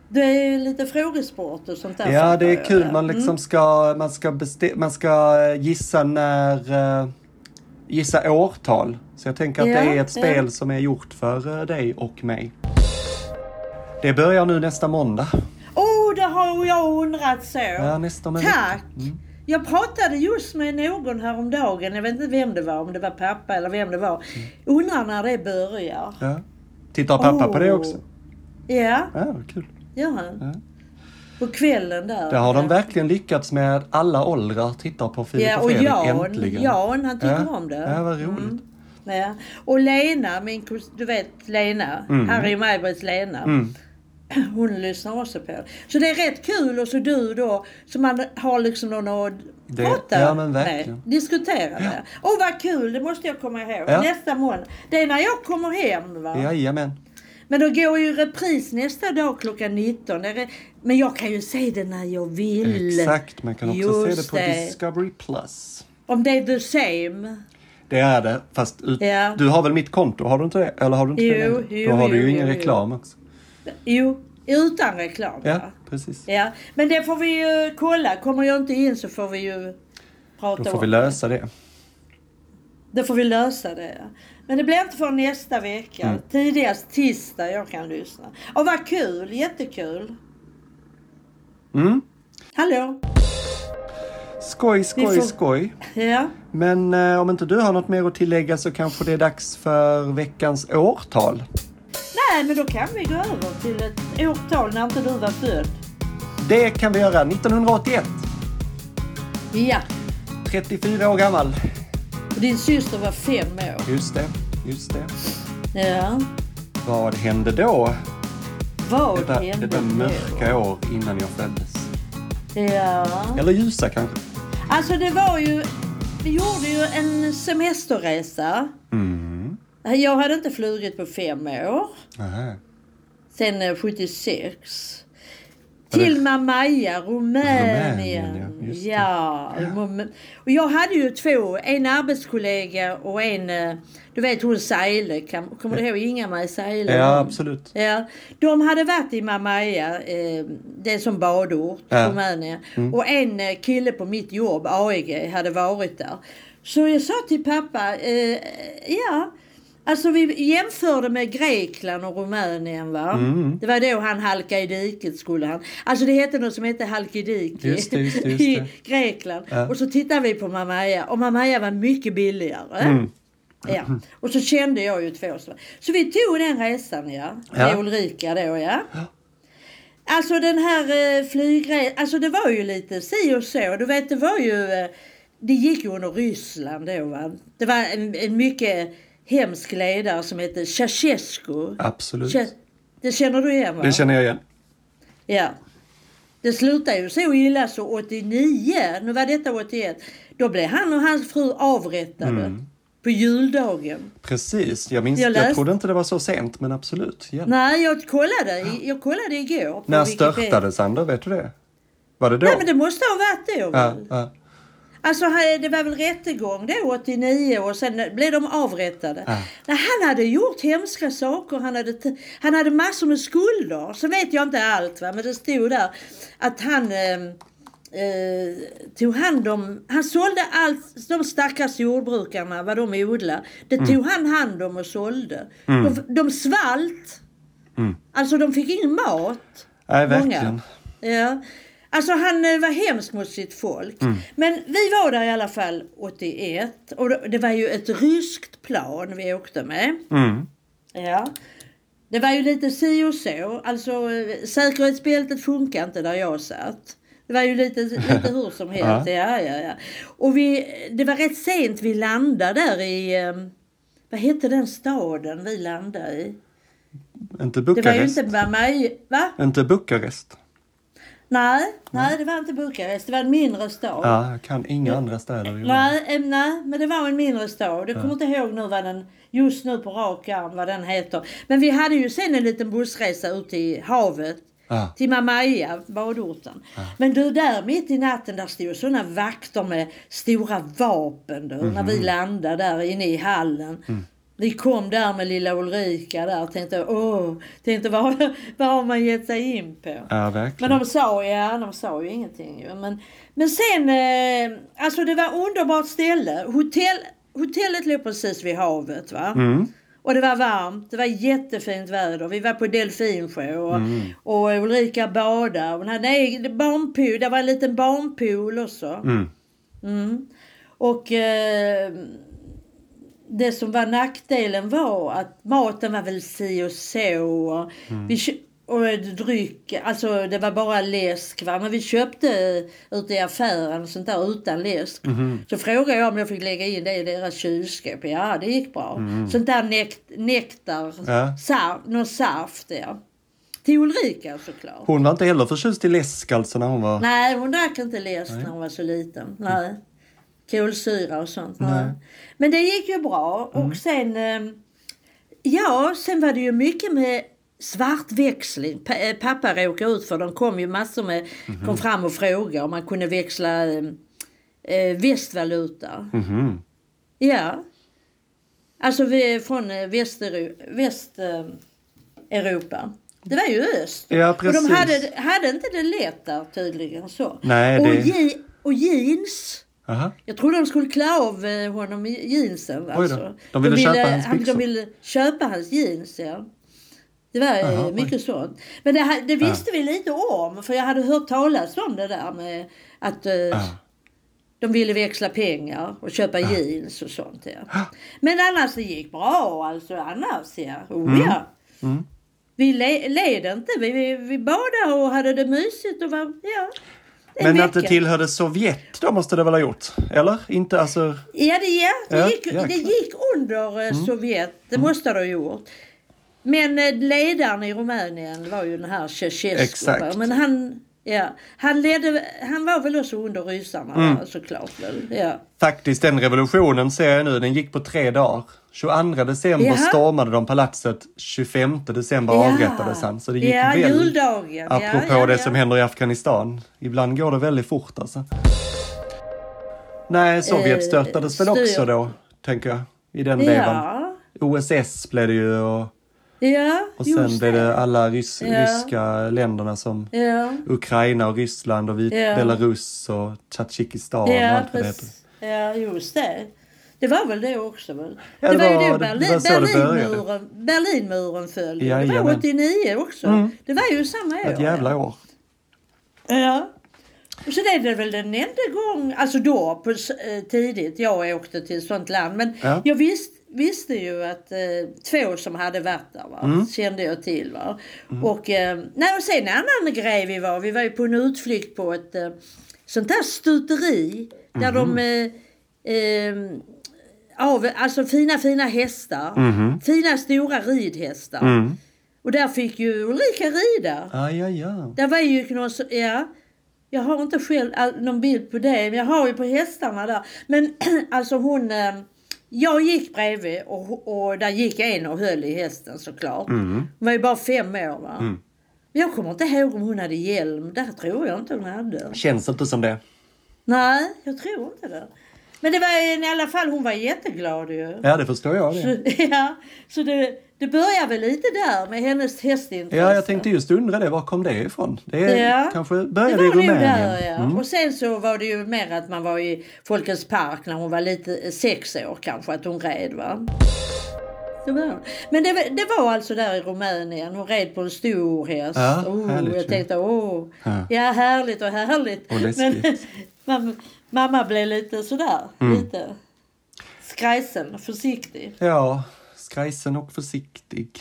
Speaker 3: Det är ju lite frågesport och sånt där.
Speaker 2: ja
Speaker 3: fattar
Speaker 2: det är
Speaker 3: jag.
Speaker 2: kul. Man,
Speaker 3: mm.
Speaker 2: liksom ska, man, ska beste- man ska eh, gissa när... Eh, gissa årtal. Så jag tänker att
Speaker 3: Ja,
Speaker 2: det är ett spel
Speaker 3: ja.
Speaker 2: som är gjort för eh, dig och mig. Det börjar nu nästa måndag.
Speaker 3: Oh, det har jag undrat så.
Speaker 2: Ja, Mm. nästa om en vecka.
Speaker 3: Tack. Jag pratade just med någon häromdagen. Jag vet inte vem det var. Om det var pappa eller vem det var.
Speaker 2: Mm.
Speaker 3: Undrar när det börjar.
Speaker 2: Ja. Tittar pappa på det
Speaker 3: Oh.
Speaker 2: också?
Speaker 3: Ja,
Speaker 2: Ja, vad kul.
Speaker 3: gör han.
Speaker 2: Ja.
Speaker 3: På kvällen där.
Speaker 2: Där har de
Speaker 3: Ja.
Speaker 2: verkligen lyckats med att alla åldrar tittar på Filip
Speaker 3: Ja,
Speaker 2: och
Speaker 3: och
Speaker 2: Fredrik
Speaker 3: Jan,
Speaker 2: äntligen.
Speaker 3: Jan han tycker
Speaker 2: ja.
Speaker 3: om det. Mm.
Speaker 2: Ja, vad roligt.
Speaker 3: Ja. Och Lena, min kus, du vet Lena,
Speaker 2: Mm.
Speaker 3: Harry och Maj-Britts Lena. Hon lyssnar också på det. Så det är rätt kul och så du då, så man har liksom någon att
Speaker 2: Det-
Speaker 3: prata
Speaker 2: ja, men
Speaker 3: med.
Speaker 2: verkligen.
Speaker 3: Diskutera med. Åh vad kul, det måste jag komma ihåg.
Speaker 2: Ja.
Speaker 3: Nästa måndag. Det är när jag kommer hem va.
Speaker 2: Jajamän.
Speaker 3: Men då går ju repris nästa dag klockan 19. Det är re- Men jag kan ju se det när jag vill.
Speaker 2: Exakt, man kan också se det
Speaker 3: Just
Speaker 2: på Discovery Plus.
Speaker 3: Om det är the same.
Speaker 2: Det är det, fast ut...
Speaker 3: Ja.
Speaker 2: du har väl mitt konto? Har du inte det? Eller har du inte
Speaker 3: Jo,
Speaker 2: det? längre?
Speaker 3: jo,
Speaker 2: Då har du ju
Speaker 3: jo,
Speaker 2: ingen
Speaker 3: jo, jo.
Speaker 2: reklam också.
Speaker 3: Jo, utan reklam
Speaker 2: Ja,
Speaker 3: va?
Speaker 2: precis.
Speaker 3: Ja, men det får vi ju kolla. Kommer jag inte in så får vi ju prata
Speaker 2: Då får
Speaker 3: om
Speaker 2: vi lösa det.
Speaker 3: det. Då får vi lösa det. ja. Men det blir inte förrän nästa vecka.
Speaker 2: Mm.
Speaker 3: Tidigast tisdag jag kan lyssna. Och vad kul, jättekul.
Speaker 2: Mm.
Speaker 3: Hallå?
Speaker 2: Skoj, skoj,
Speaker 3: Vi får-
Speaker 2: skoj.
Speaker 3: Ja.
Speaker 2: Men eh, om inte du har något mer att tillägga så kanske det är dags för veckans årtal.
Speaker 3: Nej, men då kan vi gå över till ett årtal när inte du var född.
Speaker 2: Det kan vi göra. 1981.
Speaker 3: Ja,
Speaker 2: 34 år gammal.
Speaker 3: och din syster var fem år.
Speaker 2: Just det. Just det.
Speaker 3: Ja.
Speaker 2: Vad hände då?
Speaker 3: Vad
Speaker 2: Detta,
Speaker 3: hände
Speaker 2: detta
Speaker 3: då?
Speaker 2: mörka år innan jag föddes.
Speaker 3: Ja.
Speaker 2: Eller ljusa kanske.
Speaker 3: Alltså det var ju... Vi gjorde ju en semesterresa.
Speaker 2: Mm.
Speaker 3: Jag hade inte flugit på fem år.
Speaker 2: Nähä.
Speaker 3: Sen eh, 76.
Speaker 2: Ja, det-
Speaker 3: Till Mamaja,
Speaker 2: Rumänien,
Speaker 3: Rumänien.
Speaker 2: ja, just det.
Speaker 3: Ja, Rum- och jag hade ju två, en arbetskollega och en, eh, du vet hon Seile, kan- kommer du ihåg Inga-Maj Seile?
Speaker 2: Ja, absolut.
Speaker 3: Ja, de hade varit i Mamaja, eh, det är som badort,
Speaker 2: Ja. Mm.
Speaker 3: Rumänien. Och en eh, kille på mitt jobb, AEG, hade varit där. Så jag sa till pappa, eh, ja, alltså vi jämförde med Grekland och Rumänien va.
Speaker 2: Mm.
Speaker 3: Det var då han halkade i diket skulle han. Alltså det hette något som hette halkidiki
Speaker 2: Just det, just det, just
Speaker 3: i
Speaker 2: det.
Speaker 3: Grekland.
Speaker 2: Ja.
Speaker 3: Och så tittade vi på Mamaja och Mamaja var mycket billigare.
Speaker 2: Mm.
Speaker 3: Ja. Och så kände jag ju två som... Så vi tog den resan ja.
Speaker 2: Ja.
Speaker 3: Med Ulrika då ja. Alltså den här eh, flygresan, alltså det var ju lite si och så. Du vet det var ju, eh, det gick ju under Ryssland då va. Det var en, en mycket hemsk ledare som hette Ceausescu.
Speaker 2: Absolut.
Speaker 3: Kä- Det känner du igen va?
Speaker 2: Det känner jag igen.
Speaker 3: Ja. Det slutade ju så illa så 89, nu var detta 81, då blev han och hans fru avrättade.
Speaker 2: Mm.
Speaker 3: På juldagen.
Speaker 2: Precis. Jag minns.
Speaker 3: Jag
Speaker 2: Jag,
Speaker 3: läste-
Speaker 2: trodde inte det var så sent, men absolut. Ja.
Speaker 3: Nej, jag kollade, i- jag kollade igår. på
Speaker 2: När
Speaker 3: Wikipedia.
Speaker 2: störtades han då? Vet du det? Var det då?
Speaker 3: Nej men det måste ha varit då
Speaker 2: ja,
Speaker 3: väl?
Speaker 2: ja.
Speaker 3: Alltså han- det var väl rättegång då 89 och sen blev de avrättade.
Speaker 2: Ja.
Speaker 3: Nej, han hade gjort hemska saker. Han hade, t- han hade massor med skulder. Så vet jag inte allt va, men det stod där att han eh, eh, tog hand om, han sålde allt, de stackars jordbrukarna, vad de odlade. Det
Speaker 2: Mm.
Speaker 3: tog han hand om och sålde. De, de svalt.
Speaker 2: Mm.
Speaker 3: Alltså de fick ingen mat.
Speaker 2: Nej,
Speaker 3: Många.
Speaker 2: verkligen.
Speaker 3: Ja. Alltså han eh, var hemsk mot sitt folk.
Speaker 2: Mm.
Speaker 3: Men vi var där i alla fall 81 och det- det var ju ett ryskt plan vi åkte med.
Speaker 2: Mm.
Speaker 3: Ja. Det var ju lite si och så. Alltså eh, säkerhetsbältet funkar inte där jag satt. Det var ju lite, lite hur som helst. ja, ja, ja. Och vi, det var rätt sent vi landade där i, eh, vad hette den staden vi landade i?
Speaker 2: Inte
Speaker 3: Det var ju
Speaker 2: Bukarest.
Speaker 3: inte
Speaker 2: Inte...
Speaker 3: Mamai, va?
Speaker 2: Bukarest.
Speaker 3: Nej, nej det var inte Bukarest. Det var en mindre stad.
Speaker 2: Ja, jag kan inga andra städer. i Rumänien.
Speaker 3: Nej, eh, nej, men det var en mindre stad. Jag kommer inte ihåg nu vad den, just nu på rak arm vad den heter. Men vi hade ju sen en liten bussresa ut till havet.
Speaker 2: Ja.
Speaker 3: Till Mamaia, badorten. Men du, där mitt i natten där stod sådana vakter med stora vapen du, när
Speaker 2: Mhm.
Speaker 3: vi landade där inne i hallen.
Speaker 2: Mm.
Speaker 3: Vi kom där med lilla Ulrika där och tänkte, åh, tänkte vad, vad har man gett sig in på?
Speaker 2: Ja,
Speaker 3: Men
Speaker 2: verkligen.
Speaker 3: de sa, ja, de sa ju ingenting. ju. Men, men sen, eh, alltså det var underbart ställe. Hotell, hotellet låg precis vid havet va.
Speaker 2: Mm.
Speaker 3: Och det var varmt, det var jättefint väder. Vi var på delfinsjö och, och Ulrika badade. Hon hade en egen barnpool, det var en liten barnpool också.
Speaker 2: Mm.
Speaker 3: Mm. Och eh, det som var nackdelen var att maten var väl si och så. Och, vi, kö- och dryck, alltså det var bara läsk va. Men vi köpte ute i affären och sånt där utan läsk. Så frågade jag om jag fick lägga in det i deras kylskåp. Ja, det gick bra. Sånt där nekt, nektar,
Speaker 2: Ja.
Speaker 3: sa, någon saft ja. Till Ulrika såklart.
Speaker 2: Hon var inte heller förtjust i läsk alltså när hon var...
Speaker 3: Nej, hon drack inte läsk när hon var så liten. Nej. Kolsyra och sånt. Nej.
Speaker 2: Nej.
Speaker 3: Men det gick ju bra. Och sen... eh, Ja, sen var det ju mycket med svartväxling. Pa- eh, Pappa råkade ut för de kom ju massor med... Kom fram och frågade om man kunde växla eh, eh, västvaluta.
Speaker 2: Mhm.
Speaker 3: Ja. Alltså vi är från eh, Västero- Västeuropa. Det var ju öst.
Speaker 2: Ja,
Speaker 3: Och
Speaker 2: precis.
Speaker 3: de hade, hade inte det lätt där tydligen så.
Speaker 2: Nej,
Speaker 3: och,
Speaker 2: det-
Speaker 3: je, och jeans.
Speaker 2: Aha.
Speaker 3: Jag trodde de skulle klä av eh, honom i jeansen. Alltså.
Speaker 2: De ville köpa hans
Speaker 3: han,
Speaker 2: byxor.
Speaker 3: De ville köpa hans jeans, ja. Det var eh,
Speaker 2: Jaha, oj.
Speaker 3: mycket sånt. Men det, ha- det visste vi lite om. För jag hade hört talas om det där med att eh, de ville växla pengar och köpa jeans och sånt. Ja. Men annars det gick bra alltså. Annars ja. Oh, ja.
Speaker 2: Mm.
Speaker 3: Vi le, led inte, vi, vi, vi badade och hade det mysigt och var, ja. en
Speaker 2: Men att det
Speaker 3: vecka.
Speaker 2: tillhörde Sovjet, då måste det väl ha gjort? Eller? Inte alltså...
Speaker 3: Ja, det, ja. det,
Speaker 2: Ja, Mm.
Speaker 3: gick,
Speaker 2: jäklar.
Speaker 3: det gick under eh, Sovjet, det måste det ha gjort. Men eh, ledaren i Rumänien var ju den här Ceausescu.
Speaker 2: Exakt.
Speaker 3: va? Men han, ja, han, ledde, han var väl också under ryssarna
Speaker 2: Mm.
Speaker 3: va? såklart. Väl? Ja.
Speaker 2: Faktiskt, den revolutionen ser jag nu, den gick på tre dagar. 22 december
Speaker 3: Jaha.
Speaker 2: stormade de palatset, 25 december avrättades han. Så det gick
Speaker 3: ja,
Speaker 2: väl,
Speaker 3: juldagen.
Speaker 2: apropå
Speaker 3: ja, ja,
Speaker 2: det
Speaker 3: ja.
Speaker 2: som händer i Afghanistan. Ibland går det väldigt fort alltså. Nej, Sovjet
Speaker 3: Eh,
Speaker 2: störtades väl också
Speaker 3: styr-
Speaker 2: då, tänker jag, i den vevan.
Speaker 3: Ja,
Speaker 2: OSS blev det ju och,
Speaker 3: ja
Speaker 2: och sen
Speaker 3: just
Speaker 2: blev
Speaker 3: det.
Speaker 2: det alla rys-
Speaker 3: Ja.
Speaker 2: ryska länderna som
Speaker 3: Ja,
Speaker 2: Ukraina och Ryssland och Vit-
Speaker 3: Ja.
Speaker 2: Belarus och Tadzjikistan och
Speaker 3: ja,
Speaker 2: allt vad det heter.
Speaker 3: precis. ja, just det. Det var väl det också? Väl?
Speaker 2: Ja, det
Speaker 3: det, var
Speaker 2: var-
Speaker 3: ju
Speaker 2: det
Speaker 3: då Berlin,
Speaker 2: var så det började.
Speaker 3: Berlinmuren, Berlinmuren föll. ju. det var
Speaker 2: Jajamän.
Speaker 3: 89 också.
Speaker 2: Mm.
Speaker 3: Det var ju samma år.
Speaker 2: Ett jävla år.
Speaker 3: Ja. Och sen är det väl den enda gång, alltså då på, s- eh, tidigt, jag åkte till ett sånt land. Men
Speaker 2: Ja.
Speaker 3: jag visst, visste ju att eh, två som hade varit där va?
Speaker 2: Mm.
Speaker 3: kände jag till. Va? Och, eh, nej, och sen en annan grej vi var, vi var ju på en utflykt på ett eh, sånt här stuteri. Där
Speaker 2: Mhm.
Speaker 3: de eh, eh, av, alltså fina fina hästar. Fina stora ridhästar.
Speaker 2: Mhm. Mm.
Speaker 3: Och där fick ju Ulrika rida.
Speaker 2: Ah, ja, ja.
Speaker 3: Där var ju någon så, ja. Jag har inte själv all- någon bild på det, men jag har ju på hästarna där. Men alltså hon, eh, jag gick bredvid och, och där gick en och höll i hästen såklart.
Speaker 2: Mm.
Speaker 3: Hon var ju bara fem år va.
Speaker 2: Mm.
Speaker 3: Men jag kommer inte ihåg om hon hade hjälm, där tror jag inte hon hade.
Speaker 2: Känns inte som det.
Speaker 3: Nej, jag tror inte det. Men det var ju- i alla fall, hon var jätteglad ju.
Speaker 2: Ja, det förstår jag det.
Speaker 3: Så, ja, så det, det börjar väl lite där med hennes hästintresse.
Speaker 2: Ja, jag tänkte just undra det. Var kom det ifrån? Det är,
Speaker 3: Ja.
Speaker 2: kanske
Speaker 3: Det
Speaker 2: började i
Speaker 3: var nog
Speaker 2: Rumänien.
Speaker 3: där ja.
Speaker 2: Mm.
Speaker 3: Och sen så var det ju mer att man var i Folkets park när hon var lite eh, sex år kanske, att hon red va. Det var hon. Men det, var- det var alltså där i Rumänien. Hon red på en stor häst.
Speaker 2: Ja,
Speaker 3: oh,
Speaker 2: härligt ju.
Speaker 3: jag tänkte åh.
Speaker 2: Ja.
Speaker 3: Ja. härligt och härligt.
Speaker 2: Och läskigt. Mm.
Speaker 3: mam, mamma blev lite sådär. Lite skrajsen, försiktig.
Speaker 2: Ja, skrajsen och försiktig.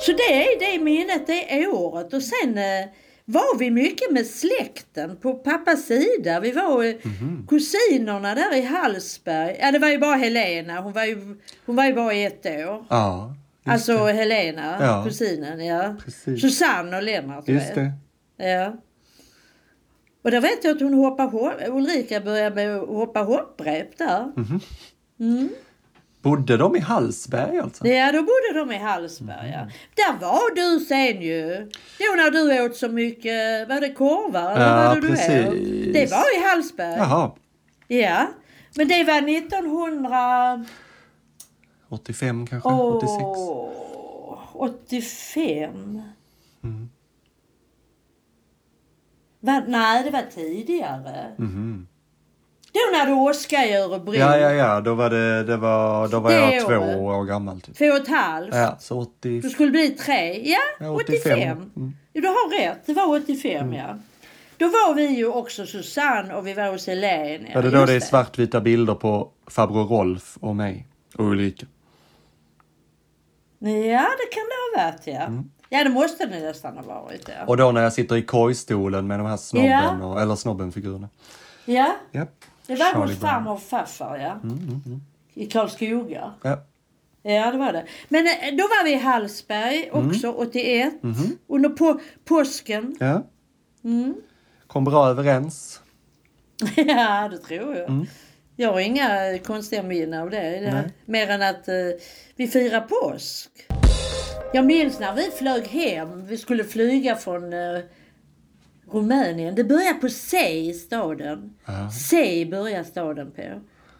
Speaker 3: Så det är det minnet, det är året. Och sen eh, var vi mycket med släkten på pappas sida. Vi var eh,
Speaker 2: Mhm.
Speaker 3: kusinerna där i Hallsberg. Ja, det var ju bara Helena. Hon var ju, hon var ju bara ett år.
Speaker 2: Ja, just
Speaker 3: Alltså
Speaker 2: det.
Speaker 3: Helena,
Speaker 2: Ja.
Speaker 3: kusinen. Ja.
Speaker 2: Precis.
Speaker 3: Susanne och Lennart.
Speaker 2: Just
Speaker 3: vet.
Speaker 2: det.
Speaker 3: Ja. Och där vet jag att hon hoppar hopp, Ulrika började med att hoppa hopprep där.
Speaker 2: Bodde de i Hallsberg alltså?
Speaker 3: Ja, då bodde de i Hallsberg. Ja.
Speaker 2: Mm.
Speaker 3: Där var du sen ju. Jo, när du åt så mycket, var det korvar eller
Speaker 2: Ja,
Speaker 3: vad var det du
Speaker 2: precis.
Speaker 3: åt? Det var i Hallsberg.
Speaker 2: Jaha,
Speaker 3: Ja. Men det var 1900...
Speaker 2: 85 kanske? 86?
Speaker 3: Åh, 85.
Speaker 2: Mm.
Speaker 3: Va, nej, det var tidigare.
Speaker 2: Mhm.
Speaker 3: Då när du åskade i Örebro.
Speaker 2: Ja, ja, ja. Då var, det, det var, då var
Speaker 3: Det
Speaker 2: jag två
Speaker 3: året.
Speaker 2: år gammal. Typ.
Speaker 3: Två och ett halvt.
Speaker 2: Ja, så 80...
Speaker 3: Du skulle bli tre.
Speaker 2: Ja,
Speaker 3: Ja,
Speaker 2: 85.
Speaker 3: 85.
Speaker 2: Mm.
Speaker 3: Ja, Du har rätt, det var 85 ja. Då var vi ju också Susanne och vi var hos Helene.
Speaker 2: Var det då
Speaker 3: just
Speaker 2: det är svartvita bilder på farbror Rolf och mig? Och Ulrika.
Speaker 3: Ja, det kan det ha varit ja.
Speaker 2: Mm.
Speaker 3: Ja, det måste det nästan ha varit ja.
Speaker 2: Och då när jag sitter i korgstolen med de här snobben,
Speaker 3: Ja.
Speaker 2: och, eller snobbenfigurerna.
Speaker 3: Ja,
Speaker 2: Japp.
Speaker 3: det var
Speaker 2: Charlie
Speaker 3: hos
Speaker 2: Brown. Mm,
Speaker 3: farmor och farfar ja. I Karlskoga.
Speaker 2: Ja.
Speaker 3: Ja, det var det. Men eh, då var vi i Hallsberg
Speaker 2: Mm.
Speaker 3: också 81.
Speaker 2: Mm-hmm.
Speaker 3: Under på, påsken.
Speaker 2: ja.
Speaker 3: Mm.
Speaker 2: Kom bra överens.
Speaker 3: Ja, det tror jag. Jag har inga konstiga minnen av det. det här, mer än att eh, vi firar påsk. Jag minns när vi flög hem. Vi skulle flyga från eh, Rumänien. Det börjar på C i staden.
Speaker 2: Ja.
Speaker 3: C börjar staden på.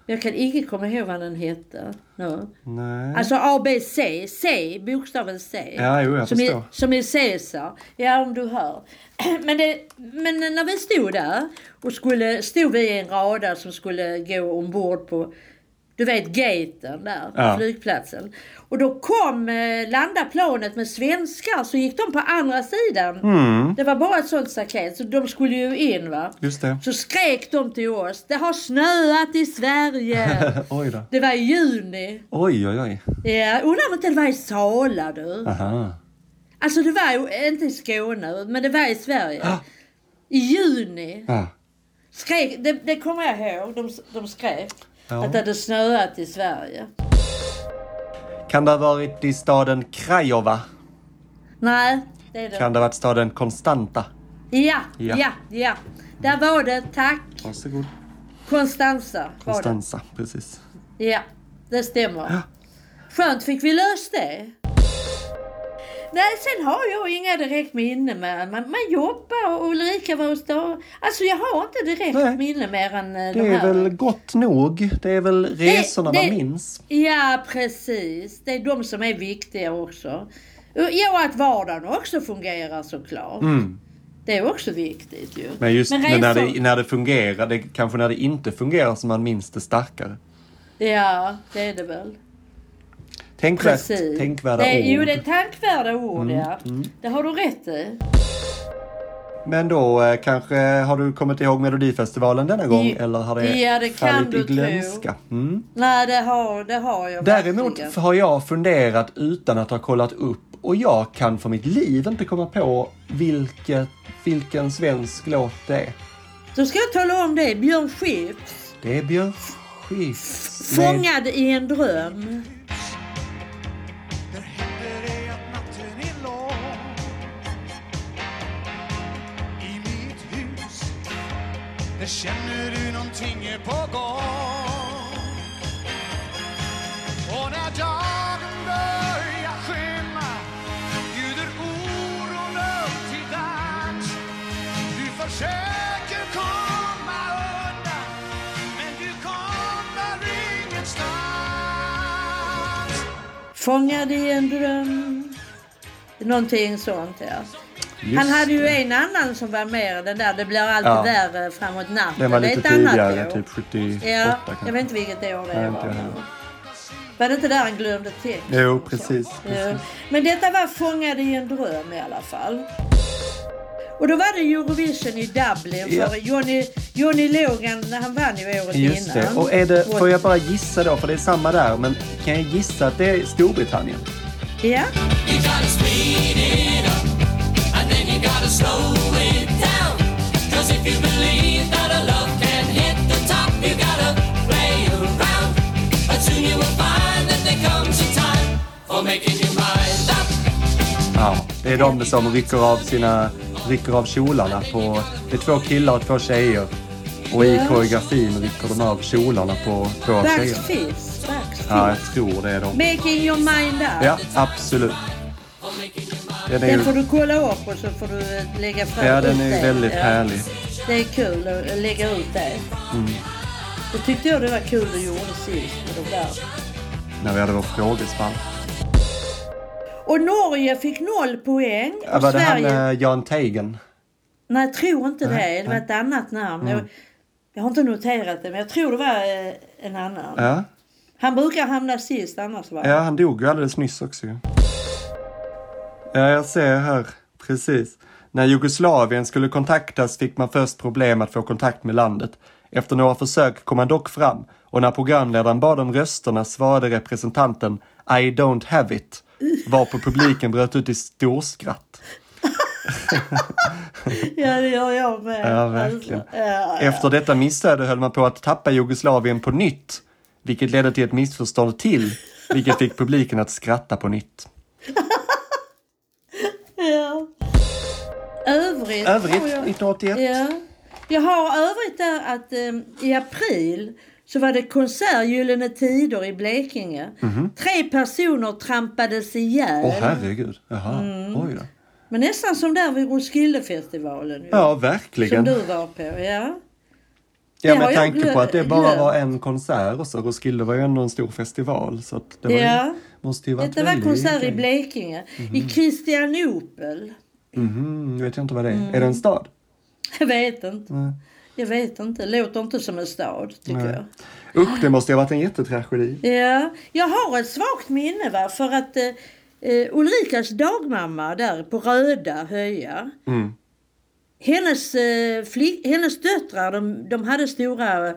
Speaker 3: Jag kan inte komma ihåg vad den hette. nu.
Speaker 2: Nej.
Speaker 3: Alltså ABC, C, bokstaven C.
Speaker 2: Mm. Ja, jo, jag
Speaker 3: som,
Speaker 2: förstår.
Speaker 3: är, som är Caesar. Ja, om du hör. Men, det, men när vi stod där och skulle, stod vi i en radar som skulle gå ombord på, du vet gaten där,
Speaker 2: Ja.
Speaker 3: flygplatsen. Och då kom, eh, landade planet med svenskar så gick de på andra sidan.
Speaker 2: Mm.
Speaker 3: Det var bara ett sånt staket, så de skulle ju in va.
Speaker 2: Just det.
Speaker 3: Så skrek de till oss, det har snöat i Sverige.
Speaker 2: oj då.
Speaker 3: Det var i juni.
Speaker 2: Oj, oj, oj.
Speaker 3: Ja, undrar om inte det var i Sala du.
Speaker 2: Aha.
Speaker 3: Alltså det var ju, inte i Skåne, men det var i Sverige.
Speaker 2: Ja.
Speaker 3: I juni
Speaker 2: Ja.
Speaker 3: skrek, det, det kommer jag ihåg, de, de skrek
Speaker 2: Ja.
Speaker 3: att det hade snöat i Sverige.
Speaker 2: Kan det ha varit i staden Craiova?
Speaker 3: Nej, det är det.
Speaker 2: Kan det ha varit staden Konstanta?
Speaker 3: Ja,
Speaker 2: Ja.
Speaker 3: ja, ja, Där var det, tack.
Speaker 2: Varsågod.
Speaker 3: Konstanza var det.
Speaker 2: Konstanza, precis.
Speaker 3: Ja, det stämmer. Skönt fick vi löst det. Nej, sen har jag inga direkt minne mer. än Man, man jobbar och Ulrika var hos dag. Alltså jag har inte direkt
Speaker 2: Nej.
Speaker 3: minne mer än eh, de
Speaker 2: Det är
Speaker 3: här.
Speaker 2: väl gott nog. Det är väl resorna
Speaker 3: det-
Speaker 2: man minns.
Speaker 3: Ja, precis. Det är de som är viktiga också. Och- Ja, och att vardagen också fungerar såklart.
Speaker 2: Mm.
Speaker 3: Det är också viktigt ju.
Speaker 2: Men just men när,
Speaker 3: resor-
Speaker 2: det, när det fungerar, det, kanske när det inte fungerar som man minns det starkare.
Speaker 3: Ja, det är det väl.
Speaker 2: Tänkvärt,
Speaker 3: Precis.
Speaker 2: tänkvärda
Speaker 3: det, Jo,
Speaker 2: ord. Mm,
Speaker 3: det är tänkvärda ord, ja. Det har du rätt i.
Speaker 2: Men då eh, kanske har du kommit ihåg Melodifestivalen denna gång?
Speaker 3: Ja,
Speaker 2: eller har det,
Speaker 3: ja, det kan
Speaker 2: fallit
Speaker 3: du
Speaker 2: i
Speaker 3: tro.
Speaker 2: glömska? Mm.
Speaker 3: Nej, det har, det har jag verkligen.
Speaker 2: Däremot har jag funderat utan att ha kollat upp och jag kan för mitt liv inte komma på vilket, vilken svensk låt det är.
Speaker 3: Då ska jag tala om det. Björn Skifs.
Speaker 2: Det är Björn Skifs med
Speaker 3: Fångad i en dröm.
Speaker 4: Där händer det att natten är lång I mitt hus Där känner du någonting är på gång Och när dagen börjar skymma Bjuder oron upp till dans Du försöker komma undan Men du kommer ingenstans
Speaker 3: Fångad i en dröm. Någonting sånt, ja.
Speaker 2: Just
Speaker 3: Han hade ju
Speaker 2: det.
Speaker 3: en annan som var med den där. Det blir allt
Speaker 2: Ja.
Speaker 3: värre framåt natten.
Speaker 2: Den var
Speaker 3: Det är
Speaker 2: lite
Speaker 3: ett annat
Speaker 2: tidigare,
Speaker 3: år.
Speaker 2: typ 78
Speaker 3: Ja, jag vet
Speaker 2: kanske.
Speaker 3: inte vilket år det
Speaker 2: Nej, inte
Speaker 3: var.
Speaker 2: jag heller.
Speaker 3: Var det inte där han glömde text?
Speaker 2: Jo, precis.
Speaker 3: Ja.
Speaker 2: precis.
Speaker 3: Eh, Men detta var Fångad i en dröm i alla fall. Och då var det Eurovision i Dublin för
Speaker 2: Ja.
Speaker 3: Johnny, Johnny Logan, han vann ju året innan.
Speaker 2: Just det. Och är det, får jag bara gissa då, för det är samma där, men kan jag gissa att det är Storbritannien?
Speaker 3: Ja.
Speaker 5: You gotta speed it up, and then you gotta slow it down. Cause if you believe that a love can hit the top, you gotta play around. But soon you will find that there comes a time for making your mind up.
Speaker 2: Ja, det är de som rycker av sina rycker av kjolarna på... Det är två killar och två tjejer. Och i koreografin rycker de av kjolarna på två tjejer.
Speaker 3: Backfist. Backfist.
Speaker 2: Ja, jag tror det är de.
Speaker 3: Making your mind up.
Speaker 2: Ja, absolut. Den är
Speaker 3: Den får
Speaker 2: ju,
Speaker 3: du kolla upp och så får du eh, lägga fram
Speaker 2: ja,
Speaker 3: ut
Speaker 2: den är
Speaker 3: det.
Speaker 2: ju väldigt
Speaker 3: Ja.
Speaker 2: härlig. Mm.
Speaker 3: Det är kul att lägga ut det. Då tyckte jag det var kul du gjorde sist med de där.
Speaker 2: När vi hade vår frågespalt.
Speaker 3: Och Norge fick noll poäng.
Speaker 2: Ja,
Speaker 3: och
Speaker 2: Var det han
Speaker 3: Sverige...
Speaker 2: eh, Jan Teigen?
Speaker 3: Nej, jag tror inte det. Det var ett annat namn.
Speaker 2: Mm.
Speaker 3: Jag, jag har inte noterat det, men jag tror det var eh, en annan.
Speaker 2: Ja.
Speaker 3: Han brukar hamna sist annars va?
Speaker 2: ja, han dog ju alldeles nyss också ju. Ja, jag ser här. Precis. När Jugoslavien skulle kontaktas fick man först problem att få kontakt med landet. Efter några försök kom man dock fram och när programledaren bad om rösterna svarade representanten I don't have it. Varpå publiken bröt ut i storskratt.
Speaker 3: Ja, det gör jag med.
Speaker 2: Ja, verkligen.
Speaker 3: Alltså, ja.
Speaker 2: Efter detta missöde höll man på att tappa Jugoslavien på nytt, vilket ledde till ett missförstånd till, vilket fick publiken att skratta på nytt.
Speaker 3: ja. Övrigt.
Speaker 2: Övrigt
Speaker 3: har jag-
Speaker 2: 1981.
Speaker 3: Ja. Jag har övrigt där att eh, i april så var det konsert Gyllene Tider i Blekinge. Tre personer trampades ihjäl.
Speaker 2: Mhm. Åh herregud, jaha,
Speaker 3: Mm.
Speaker 2: oj då.
Speaker 3: Men nästan som där vid Roskildefestivalen. ju,
Speaker 2: Ja,
Speaker 3: som
Speaker 2: verkligen.
Speaker 3: du var på. Ja.
Speaker 2: Ja,
Speaker 3: har
Speaker 2: med
Speaker 3: jag
Speaker 2: tanke
Speaker 3: glö-
Speaker 2: på att det bara
Speaker 3: glömt.
Speaker 2: var en konsert och så. Roskilde var ju ändå en stor festival så att det var ju,
Speaker 3: Ja.
Speaker 2: måste ju varit
Speaker 3: Detta var
Speaker 2: väldigt-
Speaker 3: konsert i Blekinge, i Kristianopel.
Speaker 2: Mhm, jag vet inte vad det är.
Speaker 3: Mm.
Speaker 2: Är det en stad?
Speaker 3: Jag vet inte. Jag vet inte. Låter inte som en stad, tycker jag.
Speaker 2: Usch, det måste ju ha varit en jättetragedi.
Speaker 3: Ja, jag har ett svagt minne va, för att eh, eh, Ulrikas dagmamma där på Röda Höja.
Speaker 2: Mm.
Speaker 3: Hennes, eh, flick, hennes döttrar, de, de hade stora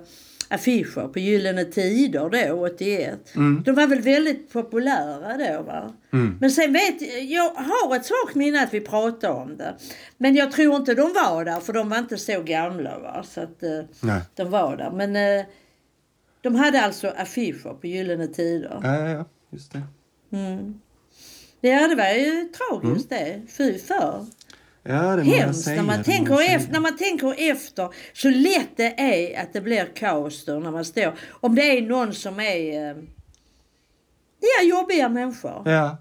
Speaker 3: affischer på Gyllene Tider då, 81.
Speaker 2: Mm.
Speaker 3: De var väl väldigt populära då va. Men sen vet jag, har ett svagt minne att vi pratade om det. Men jag tror inte de var där för de var inte så gamla va. Så att eh,
Speaker 2: Nej.
Speaker 3: de var där. Men eh, de hade alltså affischer på Gyllene Tider.
Speaker 2: Ja, ja, ja, just det.
Speaker 3: Ja, det var ju tragiskt det. Fy för.
Speaker 2: Mm. Ja, det må jag
Speaker 3: Hemskt.
Speaker 2: säga.
Speaker 3: När man,
Speaker 2: det må jag
Speaker 3: tänker
Speaker 2: säga.
Speaker 3: efter, när man tänker efter så lätt det är att det blir kaos då när man står. Om det är någon som är eh, ja, jobbiga människor
Speaker 2: Ja.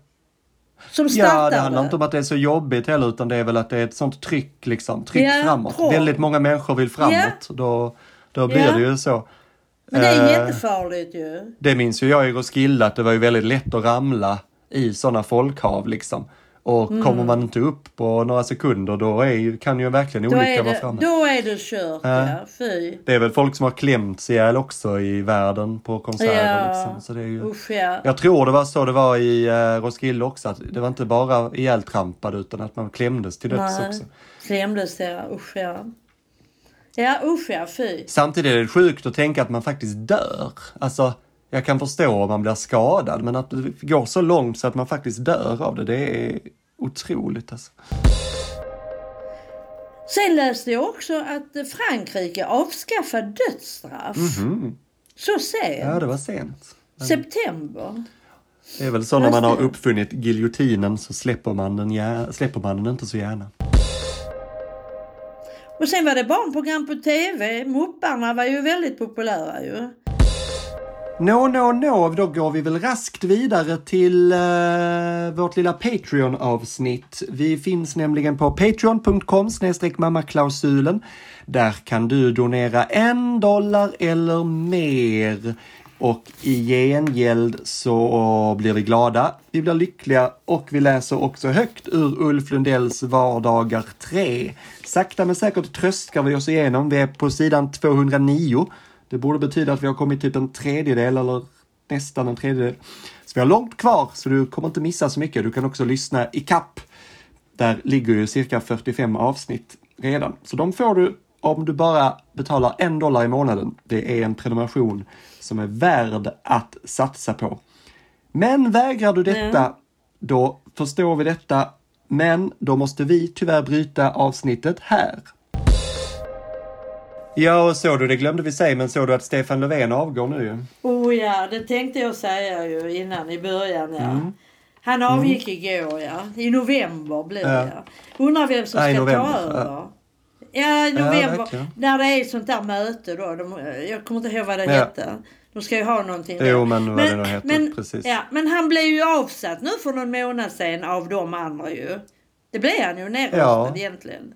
Speaker 3: som startar
Speaker 2: ja, det handlar inte om att det är så jobbigt heller utan det är väl att det är ett sånt tryck liksom. Tryck
Speaker 3: Ja,
Speaker 2: framåt.
Speaker 3: krav.
Speaker 2: Väldigt många människor vill framåt. Då, då blir
Speaker 3: Ja.
Speaker 2: det ju så.
Speaker 3: Men det är
Speaker 2: Eh,
Speaker 3: jättefarligt ju.
Speaker 2: Det minns ju jag i Roskilde att det var ju väldigt lätt att ramla i sådana folkhav liksom. Och
Speaker 3: Mm.
Speaker 2: kommer man inte upp på några sekunder då är ju, kan ju verkligen
Speaker 3: Då
Speaker 2: olyckan
Speaker 3: är,
Speaker 2: vara
Speaker 3: det,
Speaker 2: framme.
Speaker 3: då är det kört ja.
Speaker 2: Eh.
Speaker 3: Fy.
Speaker 2: Det är väl folk som har klämts ihjäl också i världen på konserter liksom. Så det är ju...
Speaker 3: Usch ja.
Speaker 2: Jag tror det var så det var i eh, Roskilde också. Att det var inte bara ihjältrampad utan att man klämdes till döds också.
Speaker 3: Klämdes ja. Usch ja. Ja usch ja. Fy.
Speaker 2: Samtidigt är det sjukt att tänka att man faktiskt dör. Alltså, jag kan förstå om man blir skadad, men att det går så långt så att man faktiskt dör av det, det är otroligt alltså.
Speaker 3: Sen läste jag också att Frankrike avskaffar dödsstraff. Så sent.
Speaker 2: Ja, det var sent.
Speaker 3: September.
Speaker 2: Det är väl så när man har
Speaker 3: Just det.
Speaker 2: uppfunnit giljotinen så släpper man den, gär- släpper man den inte så gärna.
Speaker 3: Och sen var det barnprogram på TV. Mupparna var ju väldigt populära ju.
Speaker 2: Nå, nå, nå, då går vi väl raskt vidare till eh, vårt lilla Patreon-avsnitt. Vi finns nämligen på patreon.com mammaklausulen. Där kan du donera en dollar eller mer. Och i gengäld så blir vi glada, vi blir lyckliga och vi läser också högt ur Ulf Lundells Vardagar 3. Sakta men säkert tröskar vi oss igenom. Vi är på sidan 209. Det borde betyda att vi har kommit typ en tredjedel eller nästan en tredjedel. Så vi har långt kvar så du kommer inte missa så mycket. Du kan också lyssna i kapp. Där ligger ju cirka 45 avsnitt redan. Så de får du om du bara betalar en dollar i månaden. Det är en prenumeration som är värd att satsa på. Men vägrar du detta, då förstår vi detta. Men då måste vi tyvärr bryta avsnittet här. Ja, och såg du, det glömde vi säga, men såg du att Stefan Löfven avgår nu ju?
Speaker 3: Oh ja, det tänkte jag säga ju innan i början ja.
Speaker 2: Mm.
Speaker 3: Han avgick igår ja. I november blir det ja. Undrar vem som
Speaker 2: Ja, i
Speaker 3: ska
Speaker 2: november,
Speaker 3: ta
Speaker 2: ja.
Speaker 3: över. Ja, i november.
Speaker 2: verkligen.
Speaker 3: när det är sånt där möte då. De, jag kommer inte ihåg vad det
Speaker 2: Ja.
Speaker 3: hette. De ska ju ha någonting. där.
Speaker 2: Jo, men vad det nu heter, precis.
Speaker 3: Ja, men han blev ju avsatt nu för någon månad sedan av de andra ju. Det blev han ju nerröstad
Speaker 2: Ja.
Speaker 3: egentligen.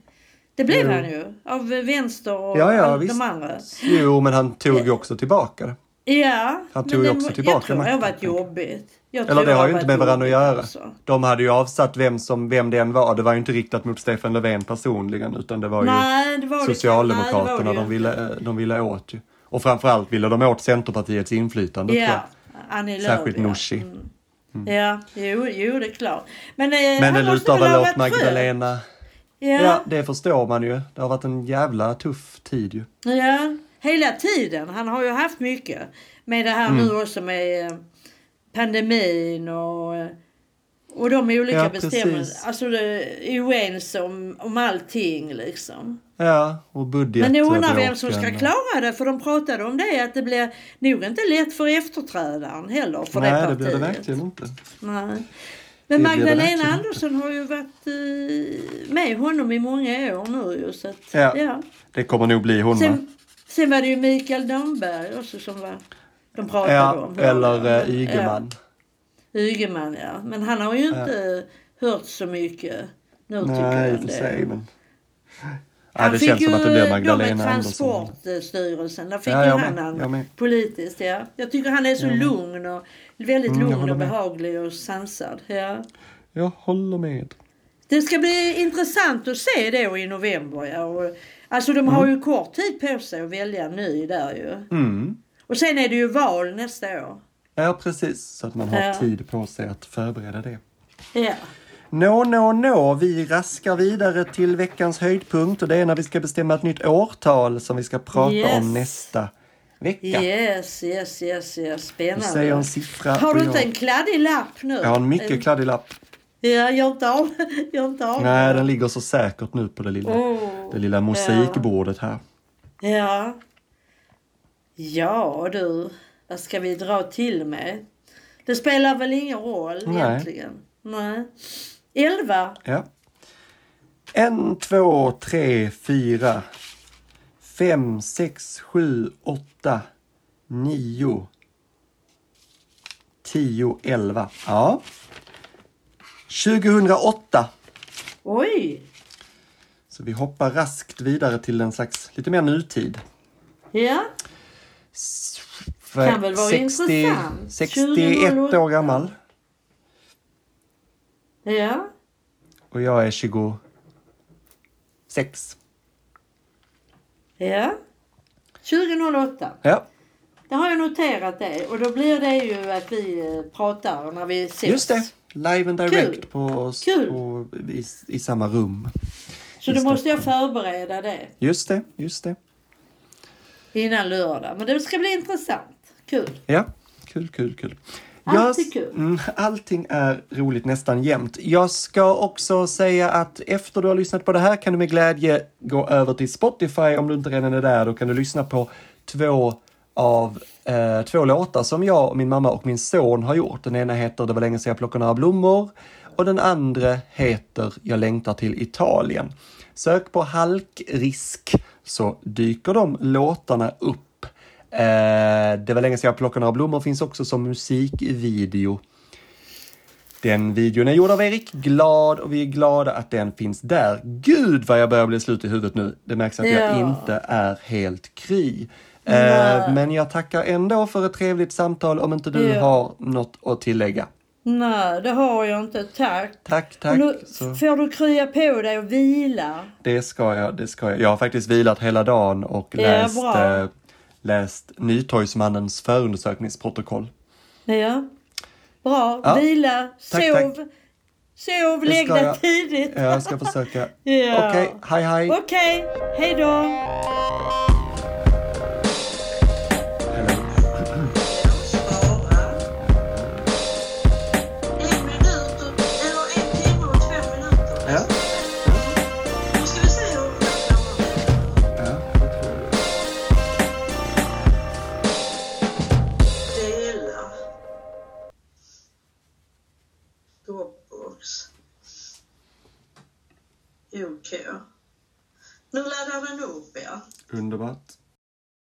Speaker 3: Det blev han ju. Av vänster och
Speaker 2: Ja, ja,
Speaker 3: all-
Speaker 2: visst.
Speaker 3: de andra.
Speaker 2: Jo, men han tog ju också tillbaka det.
Speaker 3: Ja.
Speaker 2: Han
Speaker 3: men
Speaker 2: tog ju
Speaker 3: det
Speaker 2: också
Speaker 3: må-
Speaker 2: tillbaka
Speaker 3: Jag tror det har
Speaker 2: makten,
Speaker 3: varit jobbigt. Jag tror
Speaker 2: Eller det har ju
Speaker 3: varit
Speaker 2: inte med varandra att
Speaker 3: jobbigt
Speaker 2: göra.
Speaker 3: alltså.
Speaker 2: De hade ju avsatt vem, som, vem det än var. Det var ju inte riktat mot Stefan Löfven personligen, utan det var ju
Speaker 3: Nej, det var det- nej, det
Speaker 2: Socialdemokraterna
Speaker 3: var det
Speaker 2: de
Speaker 3: ju
Speaker 2: ville, de ville åt ju. Och framförallt ville de åt Centerpartiets inflytande, tror
Speaker 3: Ja.
Speaker 2: jag.
Speaker 3: Annie Lööf,
Speaker 2: Särskilt
Speaker 3: ja. Mm.
Speaker 2: Nooshi. Mm.
Speaker 3: Ja, jo, jo, det är klart. Men, eh,
Speaker 2: Men
Speaker 3: han
Speaker 2: det
Speaker 3: måste
Speaker 2: lutar
Speaker 3: väl
Speaker 2: väl
Speaker 3: ha
Speaker 2: åt
Speaker 3: varit skön.
Speaker 2: Magdalena. Ja,
Speaker 3: Ja,
Speaker 2: det förstår man ju. Det har varit en jävla tuff tid ju.
Speaker 3: ja, hela tiden. Han har ju haft mycket. Med det här
Speaker 2: Mm.
Speaker 3: nu också med eh, pandemin och, eh, och de olika
Speaker 2: Ja, precis.
Speaker 3: bestämmelserna. Alltså det är oense om, om allting liksom.
Speaker 2: Ja, och budget.
Speaker 3: Men jag undrar
Speaker 2: och
Speaker 3: vem som ska
Speaker 2: bråken och-
Speaker 3: klara det för de pratade om det att det blir nog inte lätt för efterträdaren heller för det
Speaker 2: Nej, det
Speaker 3: partiet.
Speaker 2: blir det verkligen inte.
Speaker 3: Nej.
Speaker 2: blir det
Speaker 3: Men Magdalena
Speaker 2: verkligen
Speaker 3: Andersson har ju varit eh, med honom i många år nu ju så att,
Speaker 2: Ja. Mm.
Speaker 3: ja.
Speaker 2: Det kommer nog bli hon va?
Speaker 3: Sen, sen var det ju Mikael Damberg också som var, de pratade
Speaker 2: Ja,
Speaker 3: om.
Speaker 2: eller
Speaker 3: Men,
Speaker 2: eh, Ygeman.
Speaker 3: Ja, Ygeman ja. Men han har ju inte hört så mycket nu tycker
Speaker 2: Nej, i
Speaker 3: jag
Speaker 2: och för
Speaker 3: det.
Speaker 2: sig. Men... Ja,
Speaker 3: Han
Speaker 2: det
Speaker 3: fick
Speaker 2: känns
Speaker 3: ju
Speaker 2: som att det blir
Speaker 3: de
Speaker 2: Magdalena
Speaker 3: med
Speaker 2: Andersson.
Speaker 3: Transportstyrelsen. Där fick
Speaker 2: Ja,
Speaker 3: ju
Speaker 2: jag
Speaker 3: han
Speaker 2: med,
Speaker 3: han
Speaker 2: jag med.
Speaker 3: politiskt. Ja. Jag tycker han är så lugn och väldigt
Speaker 2: jag
Speaker 3: lugn
Speaker 2: håller
Speaker 3: och
Speaker 2: med.
Speaker 3: behaglig och sansad. Ja.
Speaker 2: Jag håller med.
Speaker 3: Det ska bli intressant att se då i november. Ja. Och, alltså de har ju kort tid på sig att välja en ny där ju.
Speaker 2: Mm.
Speaker 3: Och sen är det ju val nästa år.
Speaker 2: Ja, precis. Så att man har
Speaker 3: Ja.
Speaker 2: tid på sig att förbereda det.
Speaker 3: Ja.
Speaker 2: Nå, nå, nå. Vi raskar vidare till veckans höjdpunkt och det är när vi ska bestämma ett nytt årtal som vi ska prata
Speaker 3: Yes.
Speaker 2: om nästa vecka.
Speaker 3: Yes, yes, yes, yes.
Speaker 2: Nu
Speaker 3: Spännande.
Speaker 2: säger jag en siffra.
Speaker 3: Har
Speaker 2: och
Speaker 3: du inte
Speaker 2: jag-
Speaker 3: en kladdig lapp nu?
Speaker 2: Jag har en mycket kladdig lapp.
Speaker 3: Ja, jag har inte av jag har inte av
Speaker 2: Nej, den ligger så säkert nu på det lilla,
Speaker 3: Åh,
Speaker 2: det lilla mosaikbordet här.
Speaker 3: Ja. Ja du, vad ska vi dra till med? Det spelar väl ingen roll
Speaker 2: Nej.
Speaker 3: egentligen? Nej. Elva.
Speaker 2: Ja. En, två, tre, fyra, fem, sex, sju, åtta, nio, tio, elva. Ja. 2008.
Speaker 3: Oj!
Speaker 2: Så vi hoppar raskt vidare till en slags lite mer nutid.
Speaker 3: Ja, Kan väl vara intressant.
Speaker 2: 61 år
Speaker 3: 2008.
Speaker 2: gammal
Speaker 3: ja.
Speaker 2: och jag är 26.
Speaker 3: Ja. 2008.
Speaker 2: Ja,
Speaker 3: Det har jag noterat det. Och då blir det ju att vi eh, pratar när vi ses.
Speaker 2: just det. Live and direct
Speaker 3: Kul.
Speaker 2: På,
Speaker 3: Kul.
Speaker 2: på, i, i samma rum.
Speaker 3: Så då
Speaker 2: Just det.
Speaker 3: måste jag förbereda det
Speaker 2: Just det, just det.
Speaker 3: innan lördag. Men det ska bli intressant. Kul.
Speaker 2: Ja, kul, kul, kul.
Speaker 3: Allt är
Speaker 2: s-
Speaker 3: kul.
Speaker 2: Mm, allting är roligt nästan jämt. Jag ska också säga att efter du har lyssnat på det här kan du med glädje gå över till Spotify om du inte redan är där. Då kan du lyssna på två av eh, två låtar som jag, och min mamma och min son har gjort. Den ena heter Det var länge sedan jag plockade några blommor och den andra heter Jag längtar till Italien. Sök på halkrisk så dyker de låtarna upp. Eh, det var länge sedan jag plockade några blommor finns också som musikvideo. Den videon är gjord av Erik Glad och vi är glada att den finns där. Gud vad jag börjar bli slut i huvudet nu. Det märks att jag
Speaker 3: Ja.
Speaker 2: inte är helt kry. Eh,
Speaker 3: Nej.
Speaker 2: men jag tackar ändå för ett trevligt samtal om inte du
Speaker 3: Ja.
Speaker 2: har något att tillägga.
Speaker 3: Nej, det har jag inte. Tack.
Speaker 2: Tack,
Speaker 3: Och
Speaker 2: tack.
Speaker 3: nu
Speaker 2: Så
Speaker 3: får du krya på dig och vila.
Speaker 2: det ska jag, det ska jag. Jag har faktiskt vilat hela dagen och
Speaker 3: Ja,
Speaker 2: läst,
Speaker 3: bra.
Speaker 2: eh, läst Nytorgsmannens förundersökningsprotokoll.
Speaker 3: Ja. Bra.
Speaker 2: Ja.
Speaker 3: Vila.
Speaker 2: Tack,
Speaker 3: sov.
Speaker 2: tack.
Speaker 3: Sov.
Speaker 2: Det
Speaker 3: Lägg
Speaker 2: ska
Speaker 3: dig
Speaker 2: jag.
Speaker 3: tidigt.
Speaker 2: Jag ska försöka.
Speaker 3: Ja.
Speaker 2: Okej, hej hej.
Speaker 3: Okej. Hej då.
Speaker 1: Svara. En minut och, eller en timme och två minuter.
Speaker 2: Ja.
Speaker 1: Nu ska vi se hur hon klarar det. Dela. Dropbox. OK. Nu laddar den upp, ja.
Speaker 2: Underbart.